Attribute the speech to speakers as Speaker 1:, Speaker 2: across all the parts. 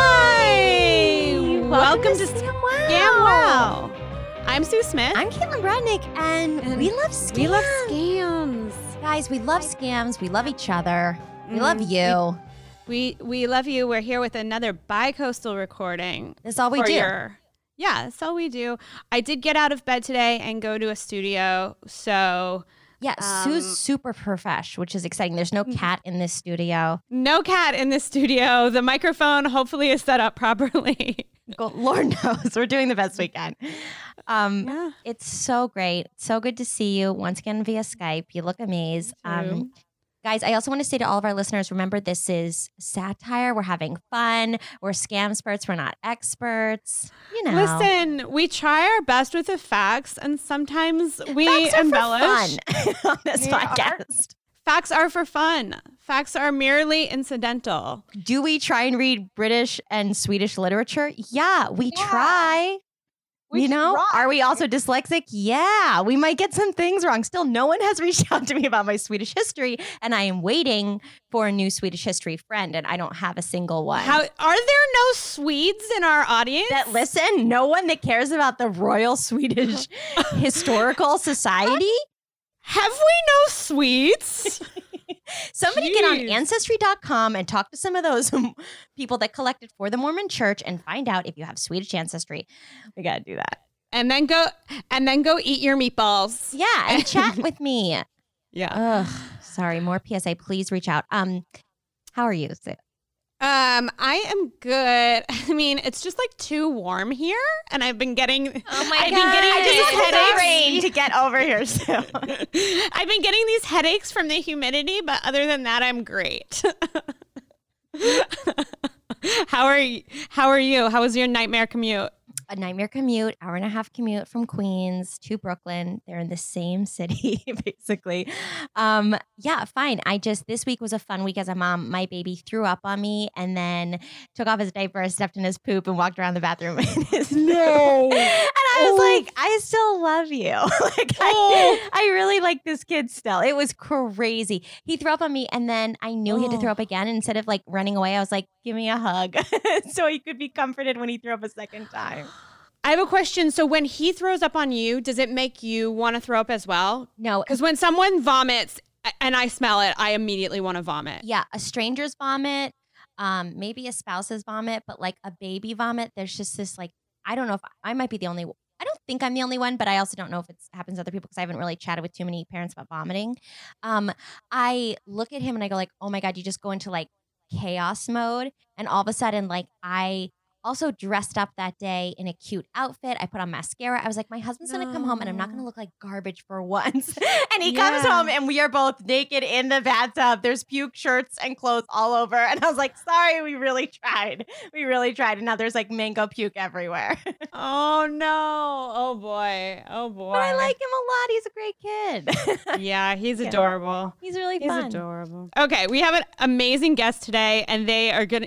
Speaker 1: Hi!
Speaker 2: Welcome, to Scam Wow.
Speaker 1: Scam Wow. I'm Sue Smith.
Speaker 2: I'm Caitlin Rudnick, and, we love scams.
Speaker 1: we love scams. Mm-hmm.
Speaker 2: Guys, we love scams. We love each other. We love you.
Speaker 1: We we love you. We're here with another bi-coastal recording.
Speaker 2: That's all we
Speaker 1: for
Speaker 2: do.
Speaker 1: your- yeah, that's all we do. I did get out of bed today and go to a studio, so
Speaker 2: Yeah, Sue's
Speaker 1: um,
Speaker 2: super profesh, which is exciting. There's no
Speaker 1: Mm-hmm.
Speaker 2: cat in this studio.
Speaker 1: no cat in the studio. The microphone hopefully is set up properly.
Speaker 2: Go- Lord knows we're doing the best we can. Um,
Speaker 1: Yeah.
Speaker 2: It's so great. So good to see you once again via Skype. You look amazed. Um, guys, I also want to say to all of our listeners remember, this is satire. We're having fun. We're scam spurts. We're not experts. You know.
Speaker 1: Listen, we try our best with the facts, and sometimes we
Speaker 2: Facts are for
Speaker 1: embellish.
Speaker 2: fun on this
Speaker 1: They are.
Speaker 2: podcast.
Speaker 1: Facts are for fun. Facts are merely incidental.
Speaker 2: Do we try and read British and Swedish literature? Yeah, we try. you know, are we also dyslexic? Yeah, we might get some things wrong. Still, no one has reached out to me about my Swedish history, and I am waiting for a new Swedish history friend, and I don't have a single one.
Speaker 1: How are there no Swedes in our audience?
Speaker 2: that listen, no one that cares about the Royal Swedish Historical Society.
Speaker 1: Have we no Swedes?
Speaker 2: Somebody get on
Speaker 1: Jeez.
Speaker 2: ancestry.com and talk to some of those um, people that collected for the Mormon church and find out if you have Swedish ancestry. We got to do that.
Speaker 1: and then go and then go eat your meatballs.
Speaker 2: Yeah, and chat with me.
Speaker 1: Yeah.
Speaker 2: Ugh, sorry, more PSA. Please reach out. Um, how are you? Sue?
Speaker 1: Um, I am good. I mean, it's just like too warm here, and I've been getting.
Speaker 2: Oh
Speaker 1: I've been getting these headaches.
Speaker 2: to get over here. So
Speaker 1: I've been getting these headaches from the humidity, but other than that, I'm great. how are you? How are you? How was your nightmare commute?
Speaker 2: a nightmare commute, hour and a half commute from Queens to Brooklyn. They're in the same city, basically. Um, yeah, fine. I just this week was a fun week as a mom. My baby threw up on me and then took off his diaper, stepped in his poop, and walked around the bathroom. In his no. And I was like, I still love you. like I, I really like this kid still. It was crazy. He threw up on me and then I knew he had to throw up again. And instead of like running away, I was like, give me a hug. so he could be comforted when he threw up a second time.
Speaker 1: I have a question. So when he throws up on you, does it make you want to throw up as well?
Speaker 2: No,
Speaker 1: Because when someone vomits and I smell it, I immediately want to vomit.
Speaker 2: yeah, a stranger's vomit, um, maybe a spouse's vomit, but like a baby vomit, there's just this like I don't know if I might be the only. I don't think I'm the only one, but I also don't know if it happens to other people because I haven't really chatted with too many parents about vomiting. Um, I look at him and I go like, "Oh my god!" You just go into like chaos mode, and all of a sudden, like I Also dressed up that day in a cute outfit. I put on mascara. I was like, my husband's gonna come home and I'm not gonna look like garbage for once. and he comes
Speaker 1: Yeah.
Speaker 2: home and we are both naked in the bathtub. There's puke shirts and clothes all over. And I was like, sorry, we really tried. We really tried. And now there's like mango puke everywhere.
Speaker 1: Oh no! Oh boy! Oh boy!
Speaker 2: but I like him a lot. He's a great kid.
Speaker 1: Yeah, he's
Speaker 2: Yeah.
Speaker 1: adorable.
Speaker 2: He's really
Speaker 1: He's
Speaker 2: fun.
Speaker 1: adorable. Okay, we have an amazing guest today, and they are gonna,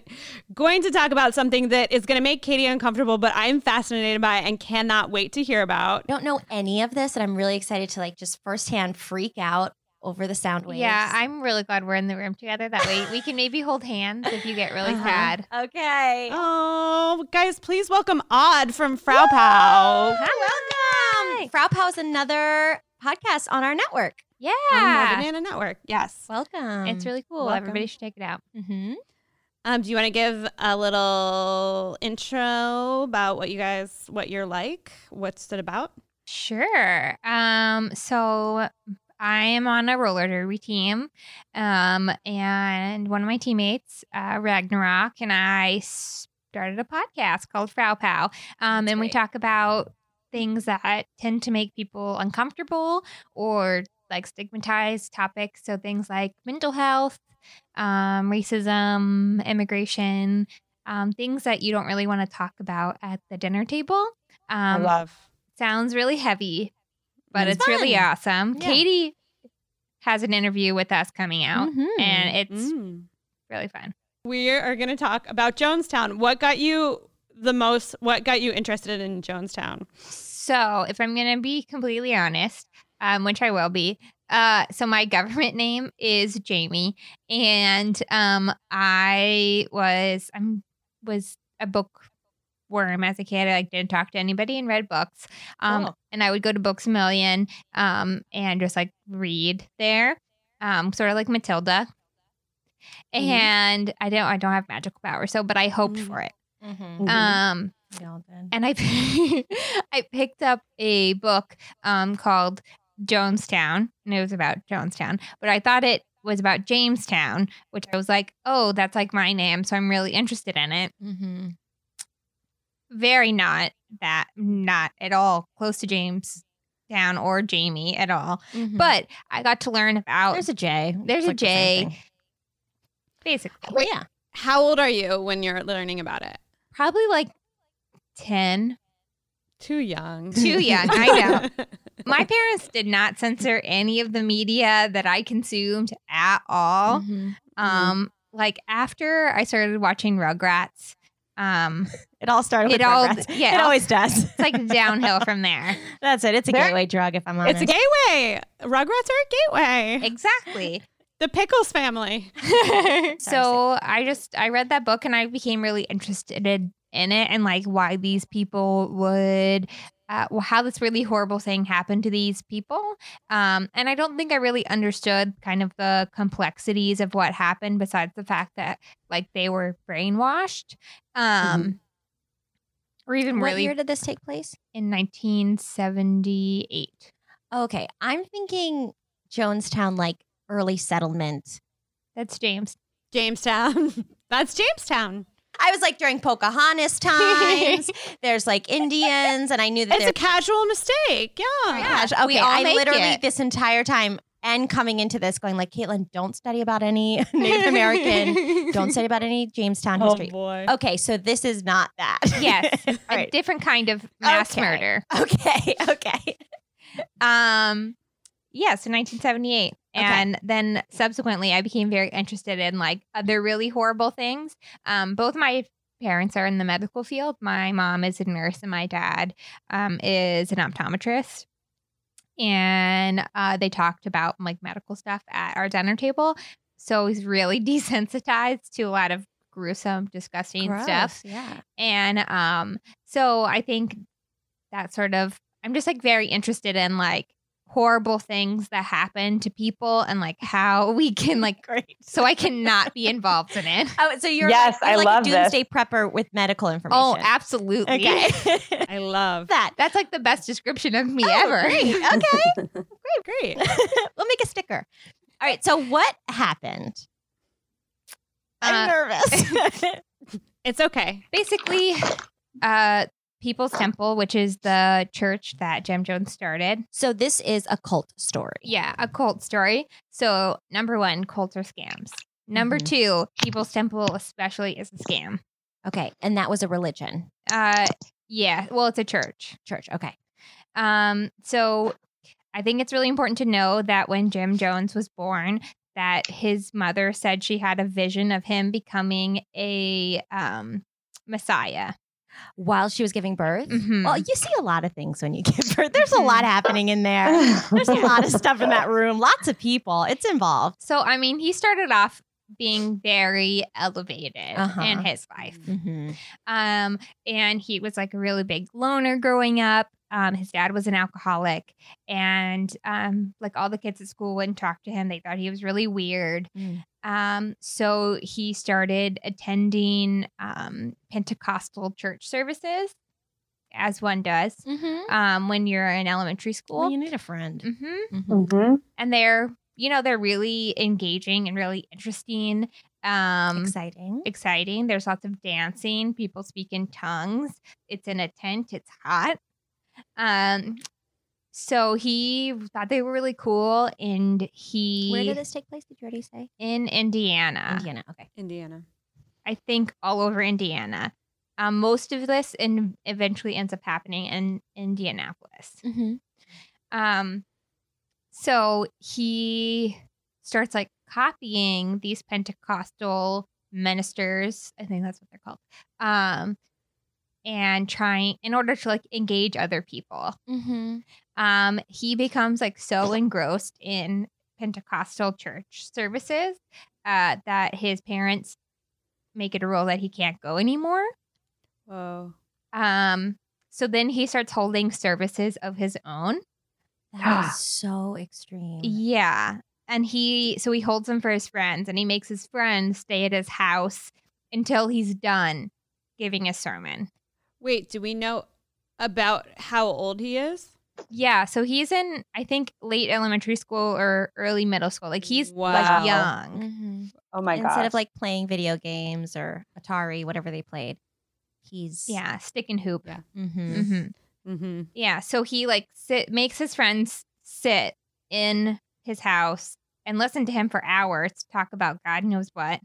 Speaker 1: going to talk about something that is going to make Katie uncomfortable, but I'm fascinated by and cannot wait to hear about.
Speaker 2: don't know any of this, and I'm really excited to like just firsthand freak out over the sound waves.
Speaker 3: Yeah, I'm really glad we're in the room together. That way we can maybe hold hands if you get really
Speaker 1: Uh-huh.
Speaker 3: sad.
Speaker 2: okay.
Speaker 1: Oh, guys, please welcome Odd from Frau Pow.
Speaker 2: Hi, welcome. Frau Pau is another podcast on our network.
Speaker 1: On the
Speaker 3: Yeah.
Speaker 1: Banana Network. Yes.
Speaker 2: Welcome.
Speaker 3: It's really cool.
Speaker 1: welcome.
Speaker 3: Everybody should check it out.
Speaker 2: Mhm.
Speaker 1: Um, do you want to give a little intro about what you guys, what you're like, what's it about?
Speaker 3: Sure. Um, so I am on a roller derby team. Um, and one of my teammates, uh, Ragnarok, and I started a podcast called Frau Pow. Um,
Speaker 2: That's
Speaker 3: and we
Speaker 2: great.
Speaker 3: talk about things that tend to make people uncomfortable or like stigmatized topics. So things like mental health, um, racism, immigration, um, things that you don't really want to talk about at the dinner table.
Speaker 1: I
Speaker 3: Um,
Speaker 1: love.
Speaker 3: sounds really heavy, but
Speaker 2: It's
Speaker 3: it's, really
Speaker 2: fun.
Speaker 3: awesome.
Speaker 2: Yeah.
Speaker 3: Katie has an interview with us coming out,
Speaker 2: Mhm.
Speaker 3: and it's
Speaker 1: Mm.
Speaker 3: really fun.
Speaker 1: We are going to talk about Jonestown. What got you the most? What got you interested in Jonestown?
Speaker 3: So, if I'm going to be completely honest, um, which I will be, uh, so my government name is Jamie, and um, I was I'm was a book worm as a kid. I like, didn't talk to anybody and read books. Um,
Speaker 2: Cool.
Speaker 3: and I would go to Books a Million um, and just like read there, um, sort of like Matilda.
Speaker 1: Mhm.
Speaker 3: And I don't I don't have magical power, so but I hoped
Speaker 1: Mhm.
Speaker 3: for it.
Speaker 2: Mhm.
Speaker 3: Um,
Speaker 2: We all done.
Speaker 3: and I I picked up a book um called Jonestown, and it was about Jonestown, but I thought it was about Jamestown, which I was like, oh, that's like my name, so I'm really interested in it.
Speaker 2: Mhm.
Speaker 3: Very not that, not at all close to Jamestown or Jamie at all.
Speaker 2: Mhm.
Speaker 3: But I got to learn about
Speaker 2: there's a J.
Speaker 3: There's a
Speaker 2: Like the same
Speaker 3: J.
Speaker 2: thing.
Speaker 3: basically
Speaker 2: Well, yeah.
Speaker 1: How old are you when you're learning about it?
Speaker 3: probably like ten.
Speaker 1: Too young.
Speaker 3: Too young, I know. My parents did not censor any of the media that I consumed at all.
Speaker 2: Mhm.
Speaker 3: Um, like after I started watching Rugrats, um,
Speaker 2: It all started with
Speaker 3: It all-
Speaker 2: Rugrats.
Speaker 3: yeah,
Speaker 2: It
Speaker 3: it all-
Speaker 2: always does.
Speaker 3: it's like downhill from there.
Speaker 2: That's it. It's a
Speaker 1: There-
Speaker 2: gateway drug, if I'm honest.
Speaker 1: it's a gateway. Rugrats are a gateway.
Speaker 3: Exactly.
Speaker 1: The Pickles family.
Speaker 3: so I just I read that book and I became really interested in in it and like why these people would. Uh, well, how this really horrible thing happened to these people. Um, and I don't think I really understood kind of the complexities of what happened, besides the fact that like they were brainwashed. Um, Or even
Speaker 2: Mm-hmm. what
Speaker 3: really
Speaker 2: year did this take place?
Speaker 3: in 1978.
Speaker 2: Okay, I'm thinking Jonestown, like early settlement.
Speaker 3: That's James.
Speaker 1: Jamestown. That's Jamestown.
Speaker 2: I was like during Pocahontas times. there's like Indians, and I knew that
Speaker 1: It's
Speaker 2: there-
Speaker 1: a casual mistake. Yeah.
Speaker 3: Yeah.
Speaker 2: gosh.
Speaker 3: we
Speaker 2: Okay,
Speaker 3: all
Speaker 2: I
Speaker 3: make
Speaker 2: literally
Speaker 3: it.
Speaker 2: this entire time and coming into this going like, Caitlin, don't study about any Native American. don't study about any Jamestown
Speaker 1: Oh
Speaker 2: history.
Speaker 1: boy.
Speaker 2: Okay, so this is not that.
Speaker 3: Yes.
Speaker 2: all
Speaker 3: a
Speaker 2: right.
Speaker 3: different kind of mass
Speaker 2: Okay.
Speaker 3: murder.
Speaker 2: Okay. Okay.
Speaker 3: Um, yes, in 1978. And then subsequently, I became very interested in like other really horrible things. Um, both my parents are in the medical field. My mom is a nurse, and my dad um, is an optometrist. And uh, they talked about like medical stuff at our dinner table. So he's really desensitized to a lot of gruesome, disgusting stuff.
Speaker 2: Gross, Yeah.
Speaker 3: And um, so I think that sort of I'm just like very interested in like horrible things that happen to people and like how we can like
Speaker 2: Great.
Speaker 3: so I cannot be involved in it.
Speaker 2: Oh, so you're
Speaker 4: Yes,
Speaker 2: like, you're
Speaker 4: I
Speaker 2: like
Speaker 4: love
Speaker 2: a
Speaker 4: this.
Speaker 2: doomsday prepper with medical information.
Speaker 3: Oh, absolutely.
Speaker 2: Okay.
Speaker 1: I love
Speaker 2: that.
Speaker 3: That's like the best description of me
Speaker 2: Oh,
Speaker 3: ever.
Speaker 2: great. Okay.
Speaker 1: Great.
Speaker 2: we'll make a sticker. All Uh, right. So what happened? I'm nervous.
Speaker 1: It's okay.
Speaker 3: basically uh people's temple which is the church that jem jones started
Speaker 2: So this is a cult story.
Speaker 3: yeah a cult story so number one cults are scams number
Speaker 2: Mhm.
Speaker 3: two people's temple especially is a scam
Speaker 2: Okay. And that was a religion
Speaker 3: uh yeah well it's a church
Speaker 2: church. Okay.
Speaker 3: um so i think it's really important to know that when jim jones was born that his mother said she had a vision of him becoming a um messiah
Speaker 2: While she was giving birth.
Speaker 3: Mhm.
Speaker 2: Well, you see a lot of things when you give birth. There's a lot happening in there. There's a lot of stuff in that room. Lots of people. It's involved.
Speaker 3: So, I mean, he started off being very elevated
Speaker 2: Uh-huh.
Speaker 3: in his life.
Speaker 2: Mm-hmm.
Speaker 3: Um, and he was like a really big loner growing up. Um, his dad was an alcoholic, and um, like all the kids at school wouldn't talk to him. They thought he was really weird.
Speaker 2: Mm.
Speaker 3: Um, so he started attending um, Pentecostal church services, as one does
Speaker 2: Mm-hmm.
Speaker 3: um, when you're in elementary school.
Speaker 2: Well, you need a friend.
Speaker 3: hmm
Speaker 2: Mhm.
Speaker 5: Mm-hmm.
Speaker 3: and they're you know they're really engaging and really interesting um
Speaker 2: Exciting.
Speaker 3: exciting there's lots of dancing people speak in tongues it's in a tent it's hot um so he thought they were really cool and he
Speaker 2: Where did this take place? Did you already say?
Speaker 3: in indiana
Speaker 2: Indiana. Okay.
Speaker 1: Indiana.
Speaker 3: i think all over indiana um, most of this and eventually ends up happening in indianapolis
Speaker 2: Mm-hmm.
Speaker 3: Um, so he starts like copying these Pentecostal ministers. I think that's what they're called. Um, and trying in order to like engage other people.
Speaker 2: Mm-hmm.
Speaker 3: Um, he becomes like so engrossed in Pentecostal church services uh, that his parents make it a rule that he can't go anymore.
Speaker 1: Whoa.
Speaker 3: Um, so then he starts holding services of his own.
Speaker 2: That was so extreme.
Speaker 1: Mm-hmm.
Speaker 3: Yeah. And he, so he holds them for his friends and he makes his friends stay at his house until he's done giving a sermon.
Speaker 1: Wait, do we know about how old he is?
Speaker 3: Yeah. So he's in, I think, late elementary school or early middle school. Like he's
Speaker 1: Wow.
Speaker 3: like young.
Speaker 2: Mm-hmm.
Speaker 5: Oh my god.
Speaker 2: Instead of like playing video games or Atari, whatever they played, he's
Speaker 3: Yeah. Stick and hoop.
Speaker 1: Yeah.
Speaker 2: Mm-hmm.
Speaker 3: hmm
Speaker 1: Mm-hmm.
Speaker 3: Yeah. So he like sit, makes his friends sit in his house and listen to him for hours talk about God knows what.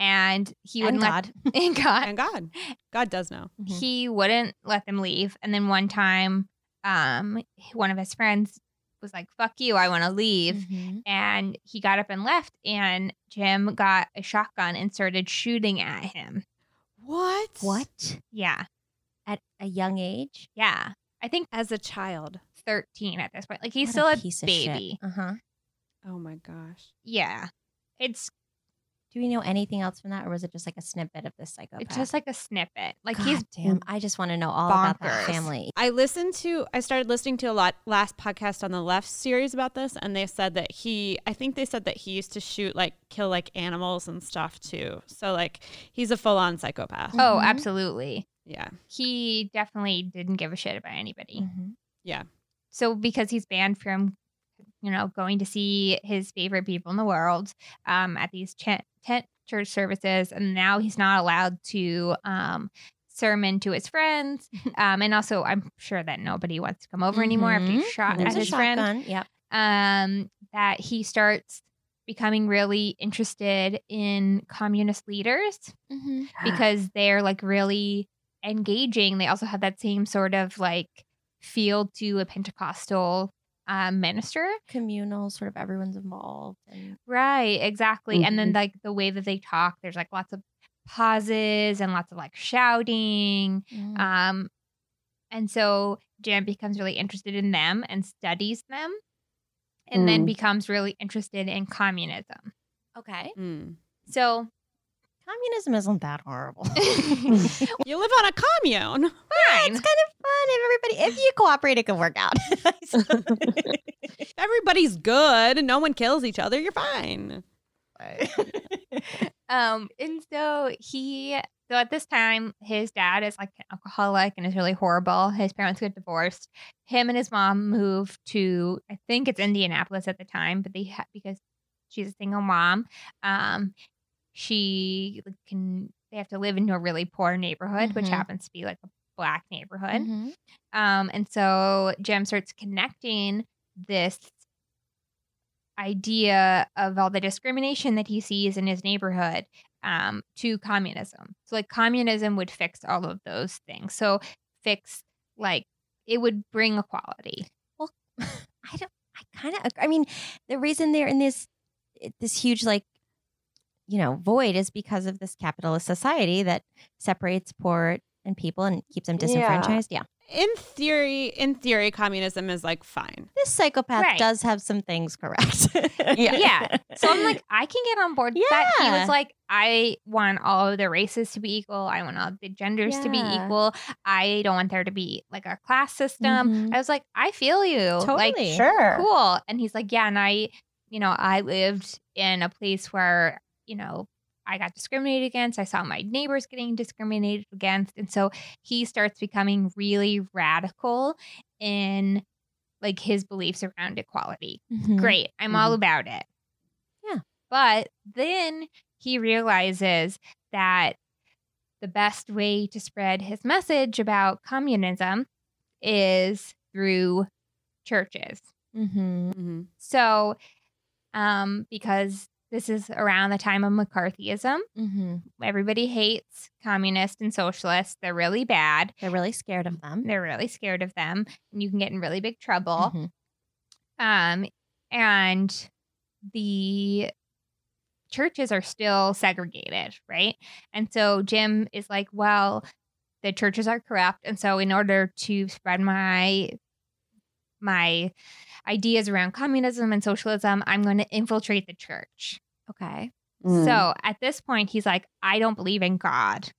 Speaker 3: And he
Speaker 2: And
Speaker 3: wouldn't
Speaker 2: God.
Speaker 3: let, and God.
Speaker 1: And God. God does know.
Speaker 2: Mhm.
Speaker 3: he wouldn't let them leave and then one time um one of his friends was like fuck you i want to leave
Speaker 2: Mhm.
Speaker 3: and he got up and left and jim got a shotgun and started shooting at him
Speaker 1: What?
Speaker 2: What?
Speaker 3: yeah
Speaker 2: At a young age?
Speaker 3: yeah i think
Speaker 1: As a child.
Speaker 3: 13 at this point like he's
Speaker 2: What
Speaker 3: still a,
Speaker 2: piece of shit.
Speaker 3: baby
Speaker 2: Uh-huh.
Speaker 1: Oh my gosh.
Speaker 3: yeah it's
Speaker 2: Do we know anything else from that, or was it just like a snippet of this psychopath?
Speaker 3: it's just like a snippet like
Speaker 2: God
Speaker 3: he's
Speaker 2: damn. I just want to know all about that
Speaker 3: bonkers.
Speaker 2: family.
Speaker 1: I listened to I started listening to a lot last podcast on the left series about this and they said that he I think they said that he used to shoot like kill like animals and stuff too. So like he's a full on psychopath.
Speaker 3: oh
Speaker 2: Mhm.
Speaker 3: absolutely
Speaker 1: Yeah.
Speaker 3: he definitely didn't give a shit about anybody
Speaker 2: Mhm.
Speaker 3: so because he's banned from you know going to see his favorite people in the world um, at these ch- tent church services and now he's not allowed to um, sermon to his friends um, and also i'm sure that nobody wants to come over anymore after
Speaker 2: Mhm.
Speaker 3: he's shot at
Speaker 2: There's a
Speaker 3: his friend
Speaker 2: shotgun. Yep.
Speaker 3: um, that he starts becoming really interested in communist leaders
Speaker 2: Mm-hmm.
Speaker 3: because they're like really engaging. They also have that same sort of like feel to a Pentecostal um, minister.
Speaker 2: Communal, sort of everyone's involved. And
Speaker 3: Right, exactly. And then like the way that they talk, there's like lots of pauses and lots of like shouting.
Speaker 2: Mm.
Speaker 3: Um, and so Jan becomes really interested in them and studies them and then
Speaker 5: Mm.
Speaker 3: becomes really interested in communism.
Speaker 2: okay.
Speaker 1: Mm.
Speaker 3: So
Speaker 2: Communism isn't that horrible.
Speaker 3: It's
Speaker 1: You live on a commune.
Speaker 2: it's kind of fun if everybody, if you cooperate, it can work out.
Speaker 1: Everybody's good. No one kills each other. You're fine.
Speaker 3: Um, and so he, so at this time, his dad is like an alcoholic and is really horrible. His parents get divorced. Him and his mom move to, I think it's Indianapolis at the time, but they ha- because she's a single mom, um, she can they have to live in a really poor neighborhood, which
Speaker 2: Mhm.
Speaker 3: happens to be like a black neighborhood.
Speaker 2: Mhm.
Speaker 3: Um, and so Jem starts connecting this idea of all the discrimination that he sees in his neighborhood um, to communism. So, like, communism would fix all of those things. So, fix, like, it would bring equality.
Speaker 2: I don't. I kind of. I mean, the reason they're in this this huge like you know void is because of this capitalist society that separates poor and people and keeps them
Speaker 6: Yeah.
Speaker 2: disenfranchised. Yeah,
Speaker 1: In theory, in theory, communism is like fine.
Speaker 2: this psychopath
Speaker 3: Right.
Speaker 2: does have some things correct.
Speaker 3: Yeah. So, I'm like, I can get on board with that. He
Speaker 2: Yeah.
Speaker 3: was like, I want all of the races to be equal. I want all the genders to be
Speaker 2: Yeah.
Speaker 3: equal. I don't want there to be like a class system.
Speaker 2: Mhm.
Speaker 3: I was like, I feel you. Like,
Speaker 2: Totally.
Speaker 5: Sure.
Speaker 3: cool. And he's like, yeah. And I, you know, I lived in a place where, you know, I got discriminated against. I saw my neighbors getting discriminated against. And so he starts becoming really radical in like his beliefs around equality.
Speaker 2: Mhm.
Speaker 3: Great. I'm all about it.
Speaker 2: Yeah.
Speaker 3: But then he realizes that the best way to spread his message about communism is through churches.
Speaker 2: Mhm.
Speaker 1: Mm-hmm.
Speaker 3: So, um, because this is around the time of McCarthyism,
Speaker 2: Mhm.
Speaker 3: everybody hates communists and socialists. They're really bad.
Speaker 2: They're really scared of them.
Speaker 3: They're really scared of them, and you can get in really big trouble.
Speaker 2: Mhm.
Speaker 3: Um, and the churches are still segregated, right? And so Jim is like, well, the churches are corrupt, and so in order to spread my my ideas around communism and socialism, I'm going to infiltrate the church. Okay.
Speaker 1: Mm.
Speaker 3: So at this point, he's like, I don't believe in God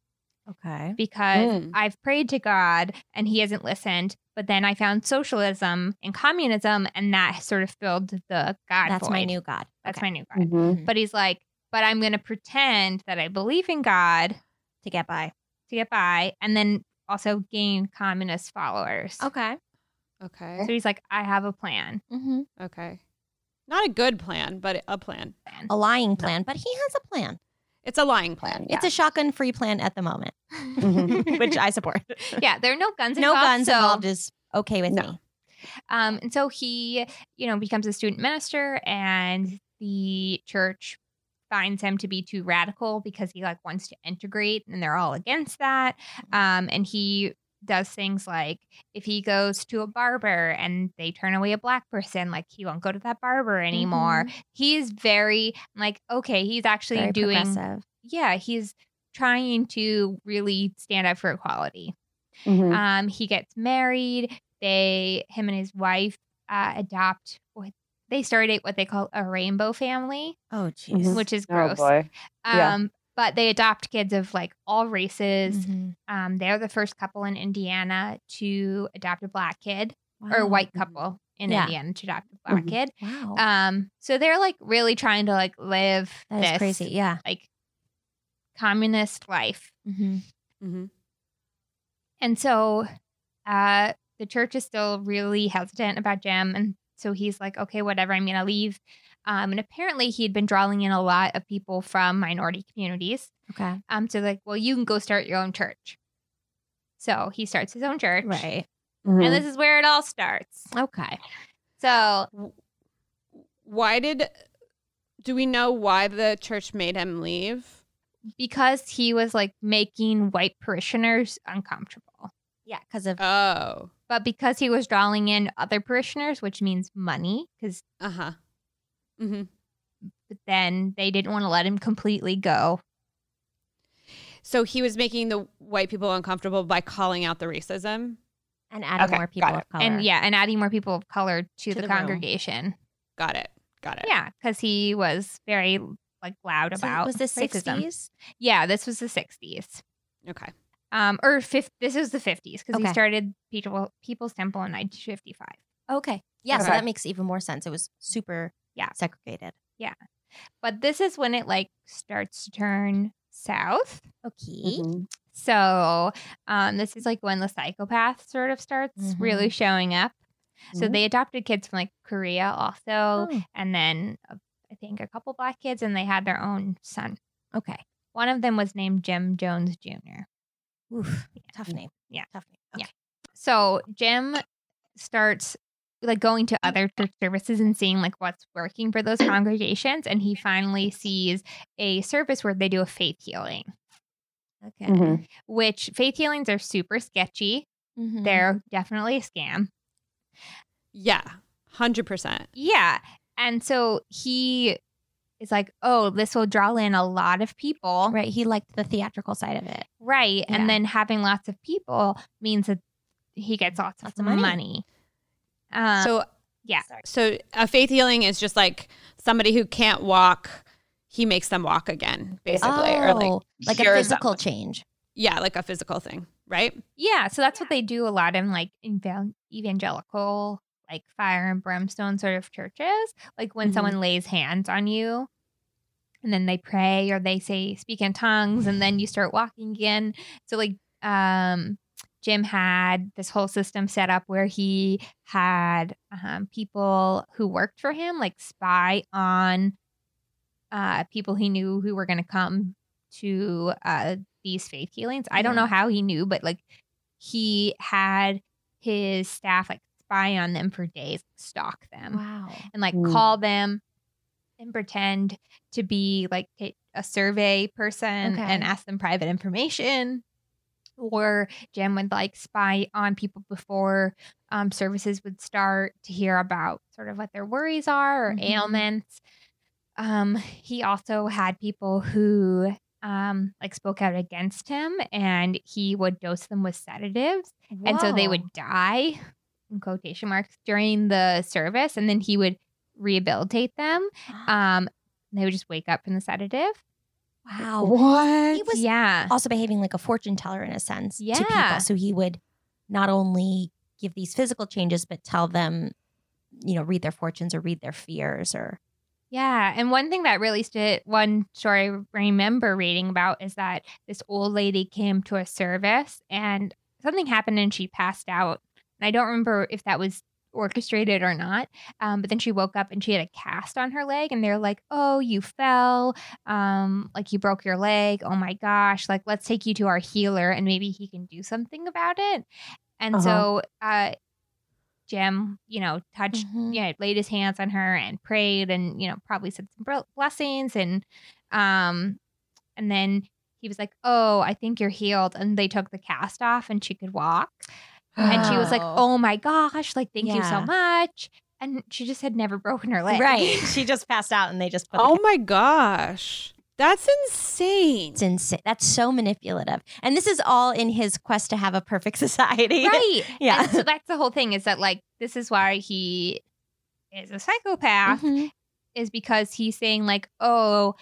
Speaker 2: Okay.
Speaker 3: because
Speaker 1: Mm.
Speaker 3: I've prayed to God and he hasn't listened. But then I found socialism and communism, and that sort of filled the God.
Speaker 2: That's my
Speaker 3: void.
Speaker 2: new god.
Speaker 3: That's
Speaker 2: Okay. Mm-hmm.
Speaker 3: my new God. But he's like, but I'm going to pretend that I believe in God
Speaker 2: to get by.
Speaker 3: to get by, and then also gain communist followers.
Speaker 2: Okay.
Speaker 1: Okay.
Speaker 3: So he's like, I have a plan.
Speaker 2: hmm
Speaker 1: Okay. Not a good plan, but a plan.
Speaker 2: A lying plan, but he has a plan.
Speaker 1: It's a lying plan.
Speaker 2: It's a shotgun free plan at the moment,
Speaker 3: Mm-hmm.
Speaker 2: which I support.
Speaker 3: Yeah, there are no guns.
Speaker 2: no
Speaker 3: involved,
Speaker 2: guns
Speaker 3: so-
Speaker 2: involved is okay with
Speaker 5: No.
Speaker 2: me.
Speaker 3: Um, and so he, you know, becomes a student minister, and the church finds him to be too radical because he like wants to integrate, and they're all against that. Um, and he does things like if he goes to a barber and they turn away a black person, like he won't go to that barber anymore. He is very like okay, he's actually
Speaker 2: Very
Speaker 3: doing
Speaker 2: progressive.
Speaker 3: yeah, he's trying to really stand up for equality.
Speaker 2: Mm-hmm.
Speaker 3: Um, he gets married. They, him and his wife, uh, adopt. What, they started what they call a rainbow family,
Speaker 2: Oh, jeez.
Speaker 5: Mhm.
Speaker 3: which is
Speaker 5: Oh
Speaker 3: gross.
Speaker 5: boy. yeah.
Speaker 3: Um, but they adopt kids of like all races.
Speaker 2: Mhm.
Speaker 3: Um, they're the first couple in Indiana to adopt a black kid or a white couple in
Speaker 2: Oh, mm-hmm. Yeah. Mm-hmm.
Speaker 3: Indiana to adopt a black
Speaker 5: Mhm.
Speaker 3: kid.
Speaker 2: Wow.
Speaker 3: Um, so they're like really trying to like live
Speaker 2: that
Speaker 3: this
Speaker 2: is crazy. Yeah.
Speaker 3: like communist life.
Speaker 2: Mm-hmm.
Speaker 3: And so uh, the church is still really hesitant about Jim. And so he's like, okay, whatever, I'm going to leave. Um, and apparently he'd been drawing in a lot of people from minority communities.
Speaker 2: Okay.
Speaker 3: Um, so like, well, you can go start your own church. So he starts his own church.
Speaker 2: Right. Mm-hmm.
Speaker 3: And this is where it all starts.
Speaker 2: Okay.
Speaker 3: So
Speaker 1: Why did? Do we know why the church made him leave?
Speaker 3: because he was like making white parishioners uncomfortable,
Speaker 2: Yeah, because of
Speaker 1: Oh.
Speaker 3: but because he was drawing in other parishioners, which means money, because
Speaker 1: Uh huh. hmm
Speaker 3: but then they didn't want to let him completely go.
Speaker 1: So he was making the white people uncomfortable by calling out the racism.
Speaker 2: and adding
Speaker 5: Okay,
Speaker 2: more people
Speaker 5: got
Speaker 2: of color.
Speaker 3: And yeah, and adding more people of color to,
Speaker 2: To
Speaker 3: the,
Speaker 2: the room.
Speaker 3: congregation.
Speaker 1: Got it. Got it.
Speaker 3: Yeah, because he was very like loud
Speaker 2: So
Speaker 3: about
Speaker 2: it was the
Speaker 3: racism.
Speaker 2: sixties.
Speaker 3: Yeah, this was the 60s.
Speaker 1: Okay.
Speaker 3: Um, or fifth. This is the 50s because
Speaker 2: Okay.
Speaker 3: he started People, People's Temple in 1955.
Speaker 2: Okay. Yeah. So
Speaker 5: Okay.
Speaker 2: that makes even more sense. It was super.
Speaker 3: Yeah.
Speaker 2: Segregated.
Speaker 3: But this is when it like starts to turn south.
Speaker 2: Okay.
Speaker 3: So um, this is like when the psychopath sort of starts
Speaker 2: Mhm.
Speaker 3: really showing up. So
Speaker 5: Mhm.
Speaker 3: they adopted kids from like Korea also,
Speaker 2: Oh,
Speaker 3: and then uh, I think a couple black kids, and they had their own son.
Speaker 2: okay.
Speaker 3: One of them was named Jim Jones Jr.
Speaker 2: Oof, tough name.
Speaker 3: Yeah.
Speaker 2: Tough name.
Speaker 3: Yeah.
Speaker 2: Okay.
Speaker 3: So Jim starts like going to other church services and seeing like what's working for those congregations, and he finally sees a service where they do a faith healing.
Speaker 2: Okay.
Speaker 3: Mm-hmm. Which faith healings are super sketchy.
Speaker 2: Mhm.
Speaker 3: They're definitely a scam.
Speaker 1: Yeah, hundred percent.
Speaker 3: Yeah. And so he is like, oh, this will draw in a lot of people.
Speaker 2: Right. He liked the theatrical side of it.
Speaker 3: Right.
Speaker 2: Yeah.
Speaker 3: And then having lots of people means that he gets lots,
Speaker 2: Lots
Speaker 3: of
Speaker 2: of
Speaker 3: money.
Speaker 2: money.
Speaker 3: Um,
Speaker 1: so
Speaker 3: yeah.
Speaker 1: so a faith healing is just like somebody who can't walk, he makes them walk again, basically, or like
Speaker 2: Oh, like a
Speaker 5: Cure
Speaker 2: physical change.
Speaker 1: yeah, like a physical thing, right?
Speaker 3: yeah. So that's what they do a lot in like evan- evangelical, like fire and brimstone sort of churches. Like when
Speaker 1: Mhm.
Speaker 3: someone lays hands on you and then they pray or they say, speak in tongues, and then you start walking again. So, like, um, Jim had this whole system set up where he had um, people who worked for him, like spy on uh, people he knew who were going to come to uh, these faith healings. I don't know how he knew, but like he had his staff like spy on them for days, stalk them,
Speaker 2: Wow.
Speaker 3: and like
Speaker 5: Mm.
Speaker 3: call them and pretend to be like a- a survey person
Speaker 2: Okay.
Speaker 3: and ask them private information. Or Jim would like spy on people before um, services would start to hear about sort of what their worries are or
Speaker 2: Mhm.
Speaker 3: ailments. Um, he also had people who um, like spoke out against him and he would dose them with sedatives and so they would die in quotation marks during the service and then he would rehabilitate them um they would just wake up from the sedative
Speaker 2: Wow.
Speaker 5: What?
Speaker 2: He was
Speaker 3: yeah
Speaker 2: also behaving like a fortune teller in a sense to
Speaker 3: Yeah.
Speaker 2: people. So he would not only give these physical changes, but tell them, you know, read their fortunes or read their fears or
Speaker 3: yeah and one thing that really stood one story i remember reading about is that this old lady came to a service and something happened and she passed out and i don't remember if that was orchestrated or not um, but then she woke up and she had a cast on her leg and they're like oh you fell um like you broke your leg oh my gosh like let's take you to our healer and maybe he can do something about it and so uh jim you know touched
Speaker 2: Mhm.
Speaker 3: yeah laid his hands on her and prayed and you know probably said some bl- blessings and um and then he was like oh i think you're healed and they took the cast off and she could walk and she was like oh my gosh like thank you so
Speaker 2: Yeah.
Speaker 3: much and she just had never broken her leg
Speaker 2: Right. she just passed out and they just put the
Speaker 1: Oh my gosh, that's insane.
Speaker 2: It's insane. That's so manipulative. And this is all in his quest to have a perfect society.
Speaker 3: right
Speaker 2: Yeah.
Speaker 3: And so that's the whole thing is that like this is why he is a psychopath
Speaker 2: Mhm.
Speaker 3: is because he's saying like oh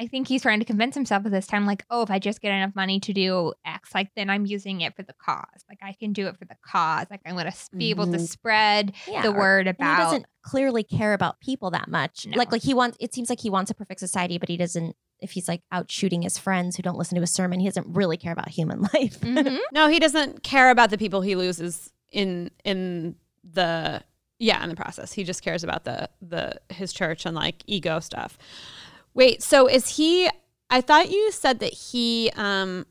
Speaker 3: i think he's trying to convince himself at this time like oh if i just get enough money to do x like then i'm using it for the cause like i can do it for the cause like i'm going to be able to
Speaker 5: Mhm.
Speaker 3: spread
Speaker 2: Mm-hmm. Yeah.
Speaker 3: the
Speaker 2: or-
Speaker 3: word
Speaker 2: and he
Speaker 3: about
Speaker 2: doesn't clearly care about people that much.
Speaker 3: No.
Speaker 2: Like like he wants it seems like he wants a perfect society, but he doesn't if he's like out shooting his friends who don't listen to his sermon, he doesn't really care about human life.
Speaker 3: Mhm.
Speaker 1: No, he doesn't care about the people he loses in in the yeah, in the process. He just cares about the the his church and like ego stuff. Wait, so is he I thought you said that he um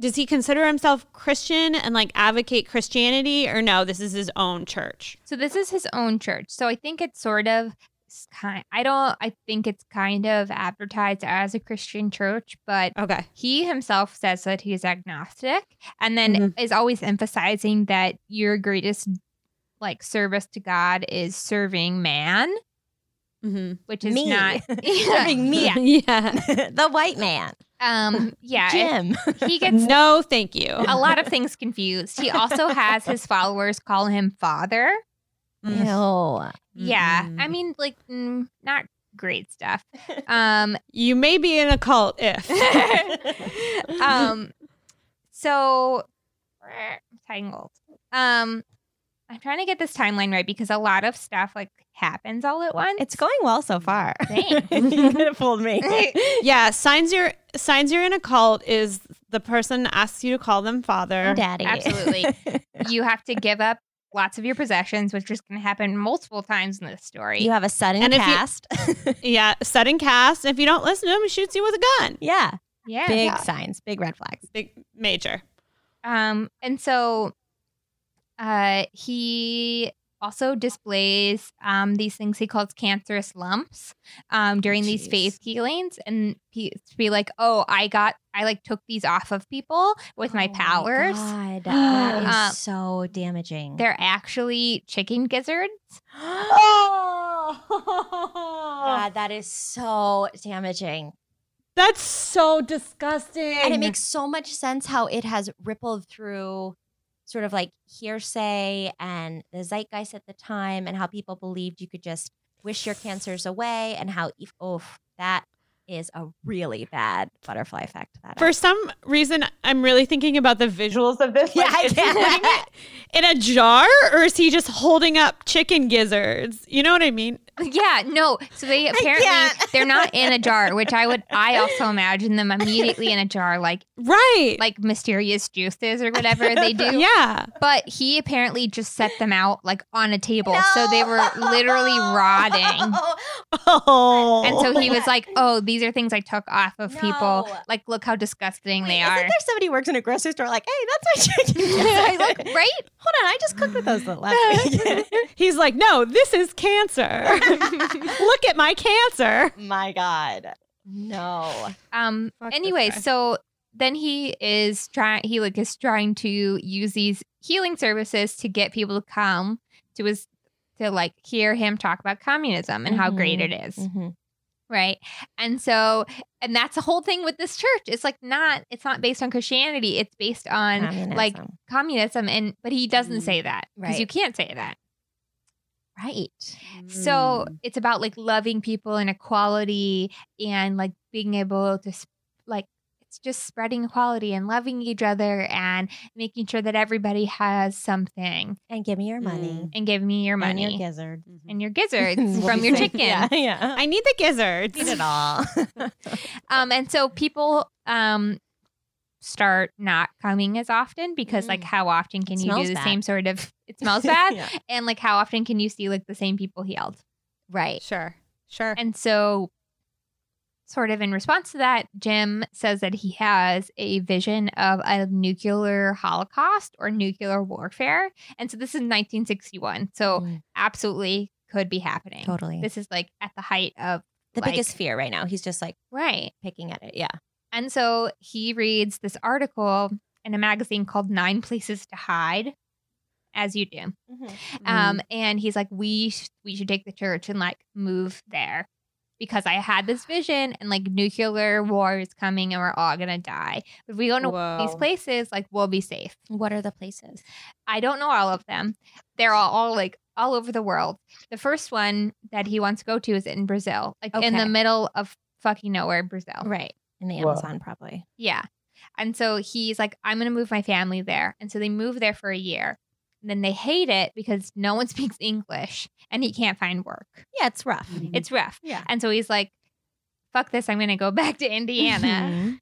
Speaker 1: does he consider himself Christian and like advocate Christianity or no, this is his own church?
Speaker 3: so this is his own church so i think it's sort of it's kind i don't i think it's kind of advertised as a christian church but
Speaker 1: Okay.
Speaker 3: he himself says that he's agnostic and then
Speaker 2: Mm-hmm.
Speaker 3: is always emphasizing that your greatest like service to god is serving man
Speaker 1: Mm-hmm.
Speaker 3: which is
Speaker 2: me.
Speaker 3: not
Speaker 2: Serving me.
Speaker 3: yeah
Speaker 1: yeah.
Speaker 2: the white man.
Speaker 3: um yeah
Speaker 2: Jim.
Speaker 3: it- he gets
Speaker 1: No, thank you.
Speaker 3: a lot of things confused he also has his followers call him father
Speaker 1: Mm-hmm.
Speaker 2: Ew.
Speaker 3: yeah
Speaker 1: Mhm.
Speaker 3: i
Speaker 2: Mm-hmm.
Speaker 3: mean like mm, not great stuff um
Speaker 1: You may be in a cult if
Speaker 3: um so tangled um i'm trying to get this timeline right because a lot of stuff like happens all at once
Speaker 2: It's going well so far.
Speaker 3: Thanks.
Speaker 2: you could have fooled me.
Speaker 1: Yeah, signs you're signs you're in a cult is the person asks you to call them father.
Speaker 2: Daddy.
Speaker 3: Absolutely. you have to give up lots of your possessions, which is going to happen multiple times in this story.
Speaker 2: You have a sudden
Speaker 1: And if you-
Speaker 2: cast.
Speaker 1: Yeah, sudden cast. If you don't listen to him, he shoots you with a gun.
Speaker 2: yeah.
Speaker 3: yeah.
Speaker 2: Big signs, big red flags.
Speaker 1: Big major.
Speaker 3: Um, and so uh, he also displays um, these things he calls cancerous lumps um, during
Speaker 2: Oh,
Speaker 3: these
Speaker 2: Jeez.
Speaker 3: faith healings and he, to be like, oh, I got, I like took these off of people with my
Speaker 2: Oh
Speaker 3: powers.
Speaker 2: God, that is
Speaker 3: Um,
Speaker 2: so damaging.
Speaker 3: They're actually chicken gizzards.
Speaker 2: God, that is so damaging.
Speaker 1: That's so disgusting.
Speaker 2: And it makes so much sense how it has rippled through sort of like hearsay and the zeitgeist at the time and how people believed you could just wish your cancers away and how ev- oof, that is a really bad butterfly effect that
Speaker 1: for some reason I'm really thinking about the visuals of this.
Speaker 2: Yeah,
Speaker 1: Like,
Speaker 2: I
Speaker 1: is he
Speaker 2: can.
Speaker 1: putting it in a jar or is he just holding up chicken gizzards? You know what I mean?
Speaker 3: Yeah, no. So they apparently
Speaker 2: can't.
Speaker 3: they're not in a jar, which I would I also imagine them immediately in a jar like
Speaker 1: Right.
Speaker 3: like mysterious juices or whatever they do.
Speaker 1: yeah.
Speaker 3: But he apparently just set them out like on a table. So they were literally rotting.
Speaker 1: Oh.
Speaker 3: And so he was like, "Oh, these are things I took off of people.
Speaker 2: No.
Speaker 3: Like, look how disgusting
Speaker 2: Wait,
Speaker 3: they
Speaker 2: isn't
Speaker 3: are."
Speaker 2: there somebody who works in a grocery store like, hey, that's my chicken.
Speaker 3: I
Speaker 2: gizzard."
Speaker 3: look right.
Speaker 2: Hold on, I just cooked with those last week.
Speaker 1: He's like, no, this is cancer. Look at my cancer.
Speaker 2: My God. No.
Speaker 3: Um.
Speaker 1: Fuck this
Speaker 3: anyway,
Speaker 1: guy.
Speaker 3: so then he is trying. He like is trying to use these healing services to get people to come to his to like hear him talk about communism and how great
Speaker 2: Mm-hmm.
Speaker 3: it is. right and so and that's the whole thing with this church it's like not it's not based on christianity it's based on like
Speaker 2: Communism.
Speaker 3: communism and but he doesn't say that because you
Speaker 2: Mm-hmm. Right.
Speaker 3: can't say that
Speaker 2: right.
Speaker 3: so
Speaker 2: Mm.
Speaker 3: it's about like loving people and equality and like being able to sp- like it's just spreading equality and loving each other and making sure that everybody has something
Speaker 2: And give me Mm, your money.
Speaker 3: and give me your money
Speaker 2: And your gizzard.
Speaker 1: Mm-hmm.
Speaker 3: and your gizzards
Speaker 2: We'll
Speaker 3: from
Speaker 2: be
Speaker 3: your
Speaker 2: safe.
Speaker 3: chicken
Speaker 2: Yeah, yeah.
Speaker 1: I need the gizzards.
Speaker 2: need it all.
Speaker 3: Um, and so people um start not coming as often because like
Speaker 2: Mm.
Speaker 3: how often can
Speaker 2: It
Speaker 3: you do
Speaker 2: smells
Speaker 3: the
Speaker 2: bad.
Speaker 3: same sort of it smells bad
Speaker 2: Yeah.
Speaker 3: and like how often can you see like the same people healed right
Speaker 1: Sure. Sure.
Speaker 3: and so sort of in response to that jim says that he has a vision of a nuclear holocaust or nuclear warfare and so this is 1961 so
Speaker 2: Mm,
Speaker 3: absolutely could be happening
Speaker 2: totally.
Speaker 3: this is like at the height of
Speaker 2: the
Speaker 3: like-
Speaker 2: biggest fear right now. He's just like
Speaker 3: right
Speaker 2: picking at it. Yeah.
Speaker 3: And so he reads this article in a magazine called Nine Places to Hide, as you do. Um, and he's like, we sh- we should take the church and like move there because I had this vision and like nuclear war is coming and we're all gonna die. If we go to one of these
Speaker 1: Whoa.
Speaker 3: places, like we'll be safe.
Speaker 2: What are the places?
Speaker 3: I don't know all of them. They're all, all like all over the world. The first one that he wants to go to is in Brazil, like in the
Speaker 2: Okay.
Speaker 3: middle of fucking nowhere, Brazil.
Speaker 2: Right. In the
Speaker 7: Whoa.
Speaker 2: Amazon, probably.
Speaker 3: Yeah. And so he's like, I'm going to move my family there. And so they move there for a year. And then they hate it because no one speaks English and he can't find work.
Speaker 2: Yeah, it's rough.
Speaker 3: It's rough.
Speaker 2: Yeah.
Speaker 3: And so he's like, fuck this. I'm going to go back to Indiana.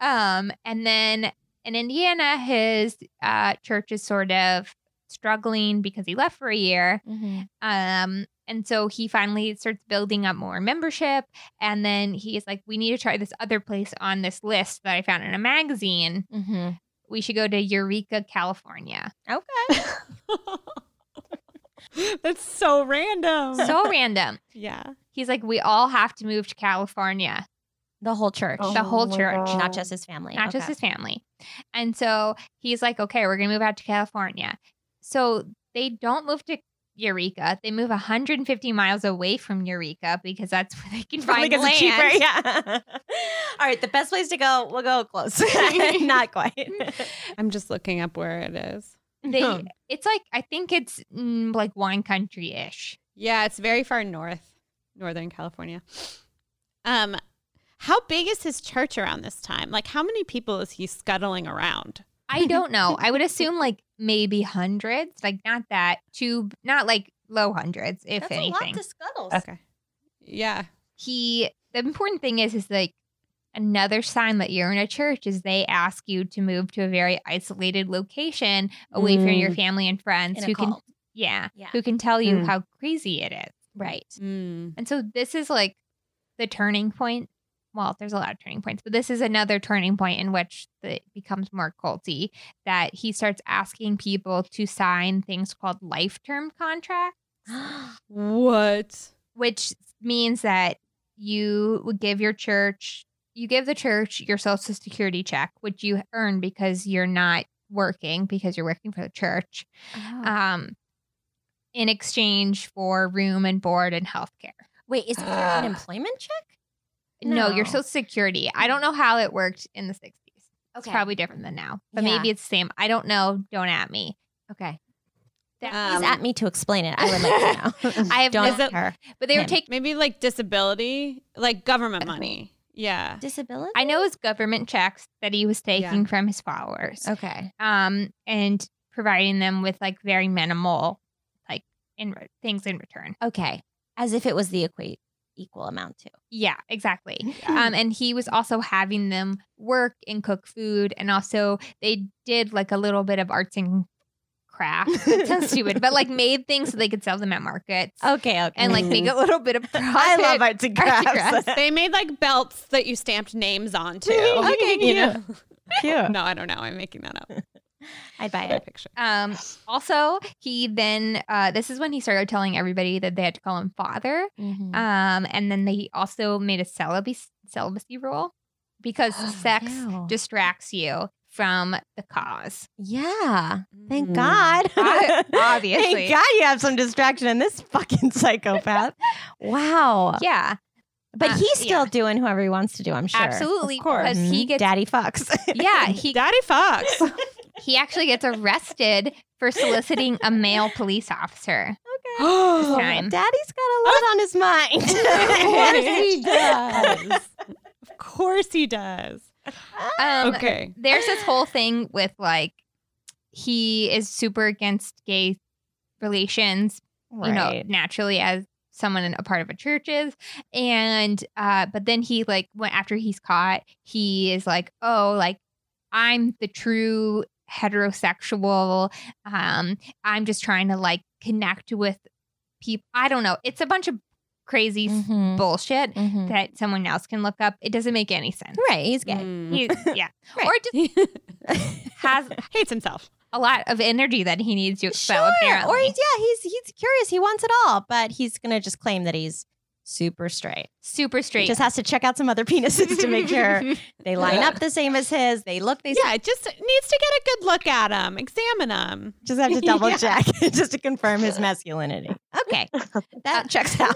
Speaker 3: um, and then in Indiana, his uh, church is sort of struggling because he left for a year.
Speaker 2: Mhm.
Speaker 3: Um, and so he finally starts building up more membership. And then he's like, we need to try this other place on this list that I found in a magazine
Speaker 2: Mhm.
Speaker 3: we should go to Eureka, California.
Speaker 2: Okay.
Speaker 1: That's so random.
Speaker 3: So random.
Speaker 1: yeah.
Speaker 3: He's like, we all have to move to California,
Speaker 2: the whole church.
Speaker 3: the whole church,
Speaker 2: Not just his family.
Speaker 3: not just
Speaker 2: Okay.
Speaker 3: his family. And so he's like, okay, we're going to move out to California. So they don't move to Eureka. They move 150 miles away from Eureka because that's where they can
Speaker 2: Probably
Speaker 3: find
Speaker 2: because
Speaker 3: land.
Speaker 2: it's cheaper. Yeah. All right. The best place to go, we'll go close. Not quite.
Speaker 1: I'm just looking up where it is.
Speaker 3: They, it's like, I think it's mm, like wine country ish.
Speaker 1: Yeah, it's very far north, Northern California. Um, how big is his church around this time? Like, how many people is he scuttling around?
Speaker 3: I don't know. I would assume like maybe hundreds, like not that, two, not like low hundreds, if
Speaker 2: That's
Speaker 3: anything.
Speaker 2: a lot to scuttles.
Speaker 1: Okay. Yeah.
Speaker 3: he the important thing is is like Another sign that you're in a church is they ask you to move to a very isolated location away from your
Speaker 2: Mm.
Speaker 3: family and friends
Speaker 2: in a
Speaker 3: who can
Speaker 2: cult.
Speaker 3: yeah,
Speaker 2: Yeah.
Speaker 3: who can tell you
Speaker 7: Mm.
Speaker 3: how crazy it is.
Speaker 2: Right.
Speaker 1: Mm.
Speaker 3: And so this is like the turning point. Well, there's a lot of turning points, but this is another turning point in which the, it becomes more culty that he starts asking people to sign things called life term contracts,
Speaker 1: What?
Speaker 3: which means that you would give your church, you give the church your social security check, which you earn because you're not working, because you're working for the church,
Speaker 2: Oh.
Speaker 3: um, in exchange for room and board and health care.
Speaker 2: Wait, is it an employment check?
Speaker 3: No, your
Speaker 2: No.
Speaker 3: social security. I don't know how it worked in the 60s. It's
Speaker 2: Okay.
Speaker 3: probably different than now, but
Speaker 2: Yeah.
Speaker 3: maybe it's the same. I don't know. Don't at me.
Speaker 2: Okay.
Speaker 1: Um,
Speaker 2: Please at me to explain it. I would like to know.
Speaker 3: I have
Speaker 2: Don't
Speaker 3: no-
Speaker 2: at her.
Speaker 3: But they were
Speaker 2: Him.
Speaker 3: taking,
Speaker 1: Maybe like disability, like government money. Yeah.
Speaker 2: Disability?
Speaker 3: I know his government checks that he was taking from his followers
Speaker 2: Okay.
Speaker 3: um, and providing them with like very minimal like in re- things in return.
Speaker 2: Okay. As if it was the equate equal amount too.
Speaker 3: Yeah, exactly. um, and he was also having them work and cook food, and also they did like a little bit of arts and crafts. That sounds stupid, but like made things so they could sell them at markets
Speaker 2: Okay, okay.
Speaker 3: and like make a little bit of profit.
Speaker 2: Oh, I love arts and
Speaker 3: Arts and
Speaker 2: crafts.
Speaker 1: They made like belts that you stamped names onto.
Speaker 2: Okay,
Speaker 1: you know?
Speaker 2: Cute.
Speaker 1: No, I don't know. I'm making that up.
Speaker 2: I'd buy
Speaker 1: My
Speaker 2: it.
Speaker 1: picture.
Speaker 3: Um, also, he then uh, this is when he started telling everybody that they had to call him father.
Speaker 2: Mhm.
Speaker 3: Um, and then they also made a celibacy celibacy rule because Oh, sex
Speaker 2: Ew.
Speaker 3: distracts you from the cause.
Speaker 2: yeah. Thank
Speaker 1: Mm.
Speaker 2: God.
Speaker 3: I- Mm-hmm. obviously.
Speaker 2: Thank God you have some distraction in this fucking psychopath. wow.
Speaker 3: Yeah,
Speaker 2: But
Speaker 3: Uh,
Speaker 2: he's still
Speaker 3: yeah.
Speaker 2: doing whoever he wants to do, I'm sure.
Speaker 3: absolutely.
Speaker 1: Of course.
Speaker 3: Because he
Speaker 2: Mhm.
Speaker 3: gets
Speaker 2: Daddy fucks.
Speaker 3: yeah he
Speaker 1: Daddy Fox.
Speaker 3: he actually gets arrested for soliciting a male police officer.
Speaker 1: of
Speaker 3: Time.
Speaker 2: Daddy's got a lot on his mind.
Speaker 1: course he does. Of course he does.
Speaker 3: Um,
Speaker 1: Okay.
Speaker 3: there's this whole thing with like he is super against gay relations you know
Speaker 2: Right.
Speaker 3: naturally as someone in a part of a church is and uh but then he like when after he's caught he is like oh like i'm the true heterosexual um i'm just trying to like connect with people i don't know it's a bunch of crazy s-
Speaker 2: Mhm.
Speaker 3: bullshit
Speaker 2: Mhm.
Speaker 3: that someone else can look up it doesn't make any sense
Speaker 2: Right. He's gay.
Speaker 1: Mm.
Speaker 3: He- yeah
Speaker 2: Mm-hmm. Right.
Speaker 3: or just has
Speaker 1: Hates himself.
Speaker 3: a lot of energy that he needs to expel apparently.
Speaker 2: Or he's yeah, he's he's curious. He wants it all, but he's gonna just claim that he's super straight.
Speaker 3: super
Speaker 2: He
Speaker 3: straight.
Speaker 2: just has to check out some other penises to make sure they line up the same as his. They look they
Speaker 1: Yeah, it just needs to get a good look at him, examine him.
Speaker 2: just have to double check just to confirm his masculinity. Okay.
Speaker 3: Uh,
Speaker 2: That checks out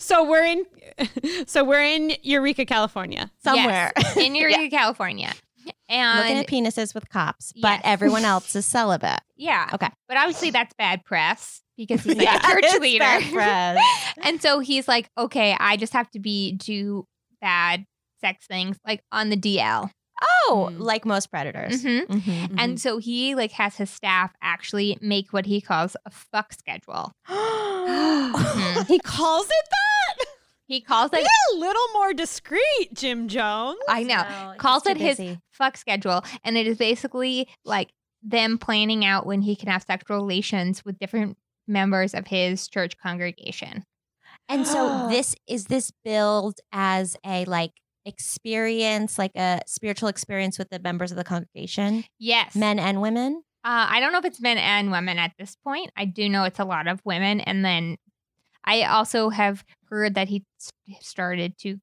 Speaker 1: so we're in so we're in Eureka, California.
Speaker 2: somewhere.
Speaker 3: Yes, in Eureka, California.
Speaker 2: Looking
Speaker 3: And
Speaker 2: at penises with cops,
Speaker 3: Yes.
Speaker 2: but everyone else is celibate.
Speaker 3: yeah.
Speaker 2: Okay.
Speaker 3: But obviously that's bad press because he's like
Speaker 2: Yeah,
Speaker 3: a
Speaker 2: it's
Speaker 3: church leader.
Speaker 2: bad press.
Speaker 3: and so he's like, okay, I just have to be do bad sex things like on the DL.
Speaker 2: Oh,
Speaker 1: Mm.
Speaker 2: like most predators.
Speaker 3: Mhm.
Speaker 2: Mhm.
Speaker 3: And so he like has his staff actually make what he calls a fuck schedule. Mhm.
Speaker 1: he calls it that?
Speaker 3: He calls
Speaker 1: Be
Speaker 3: it
Speaker 1: a little more discreet, Jim Jones.
Speaker 3: I know.
Speaker 2: No, it's
Speaker 3: Calls
Speaker 2: too
Speaker 3: it his
Speaker 2: busy.
Speaker 3: fuck schedule and it is basically like them planning out when he can have sexual relations with different members of his church congregation
Speaker 2: And so this is this billed as a like experience, like a spiritual experience with the members of the congregation,
Speaker 3: yes
Speaker 2: men and women.
Speaker 3: uh, i don't know if it's men and women at this point i do know it's a lot of women and then i also have heard that he s- started to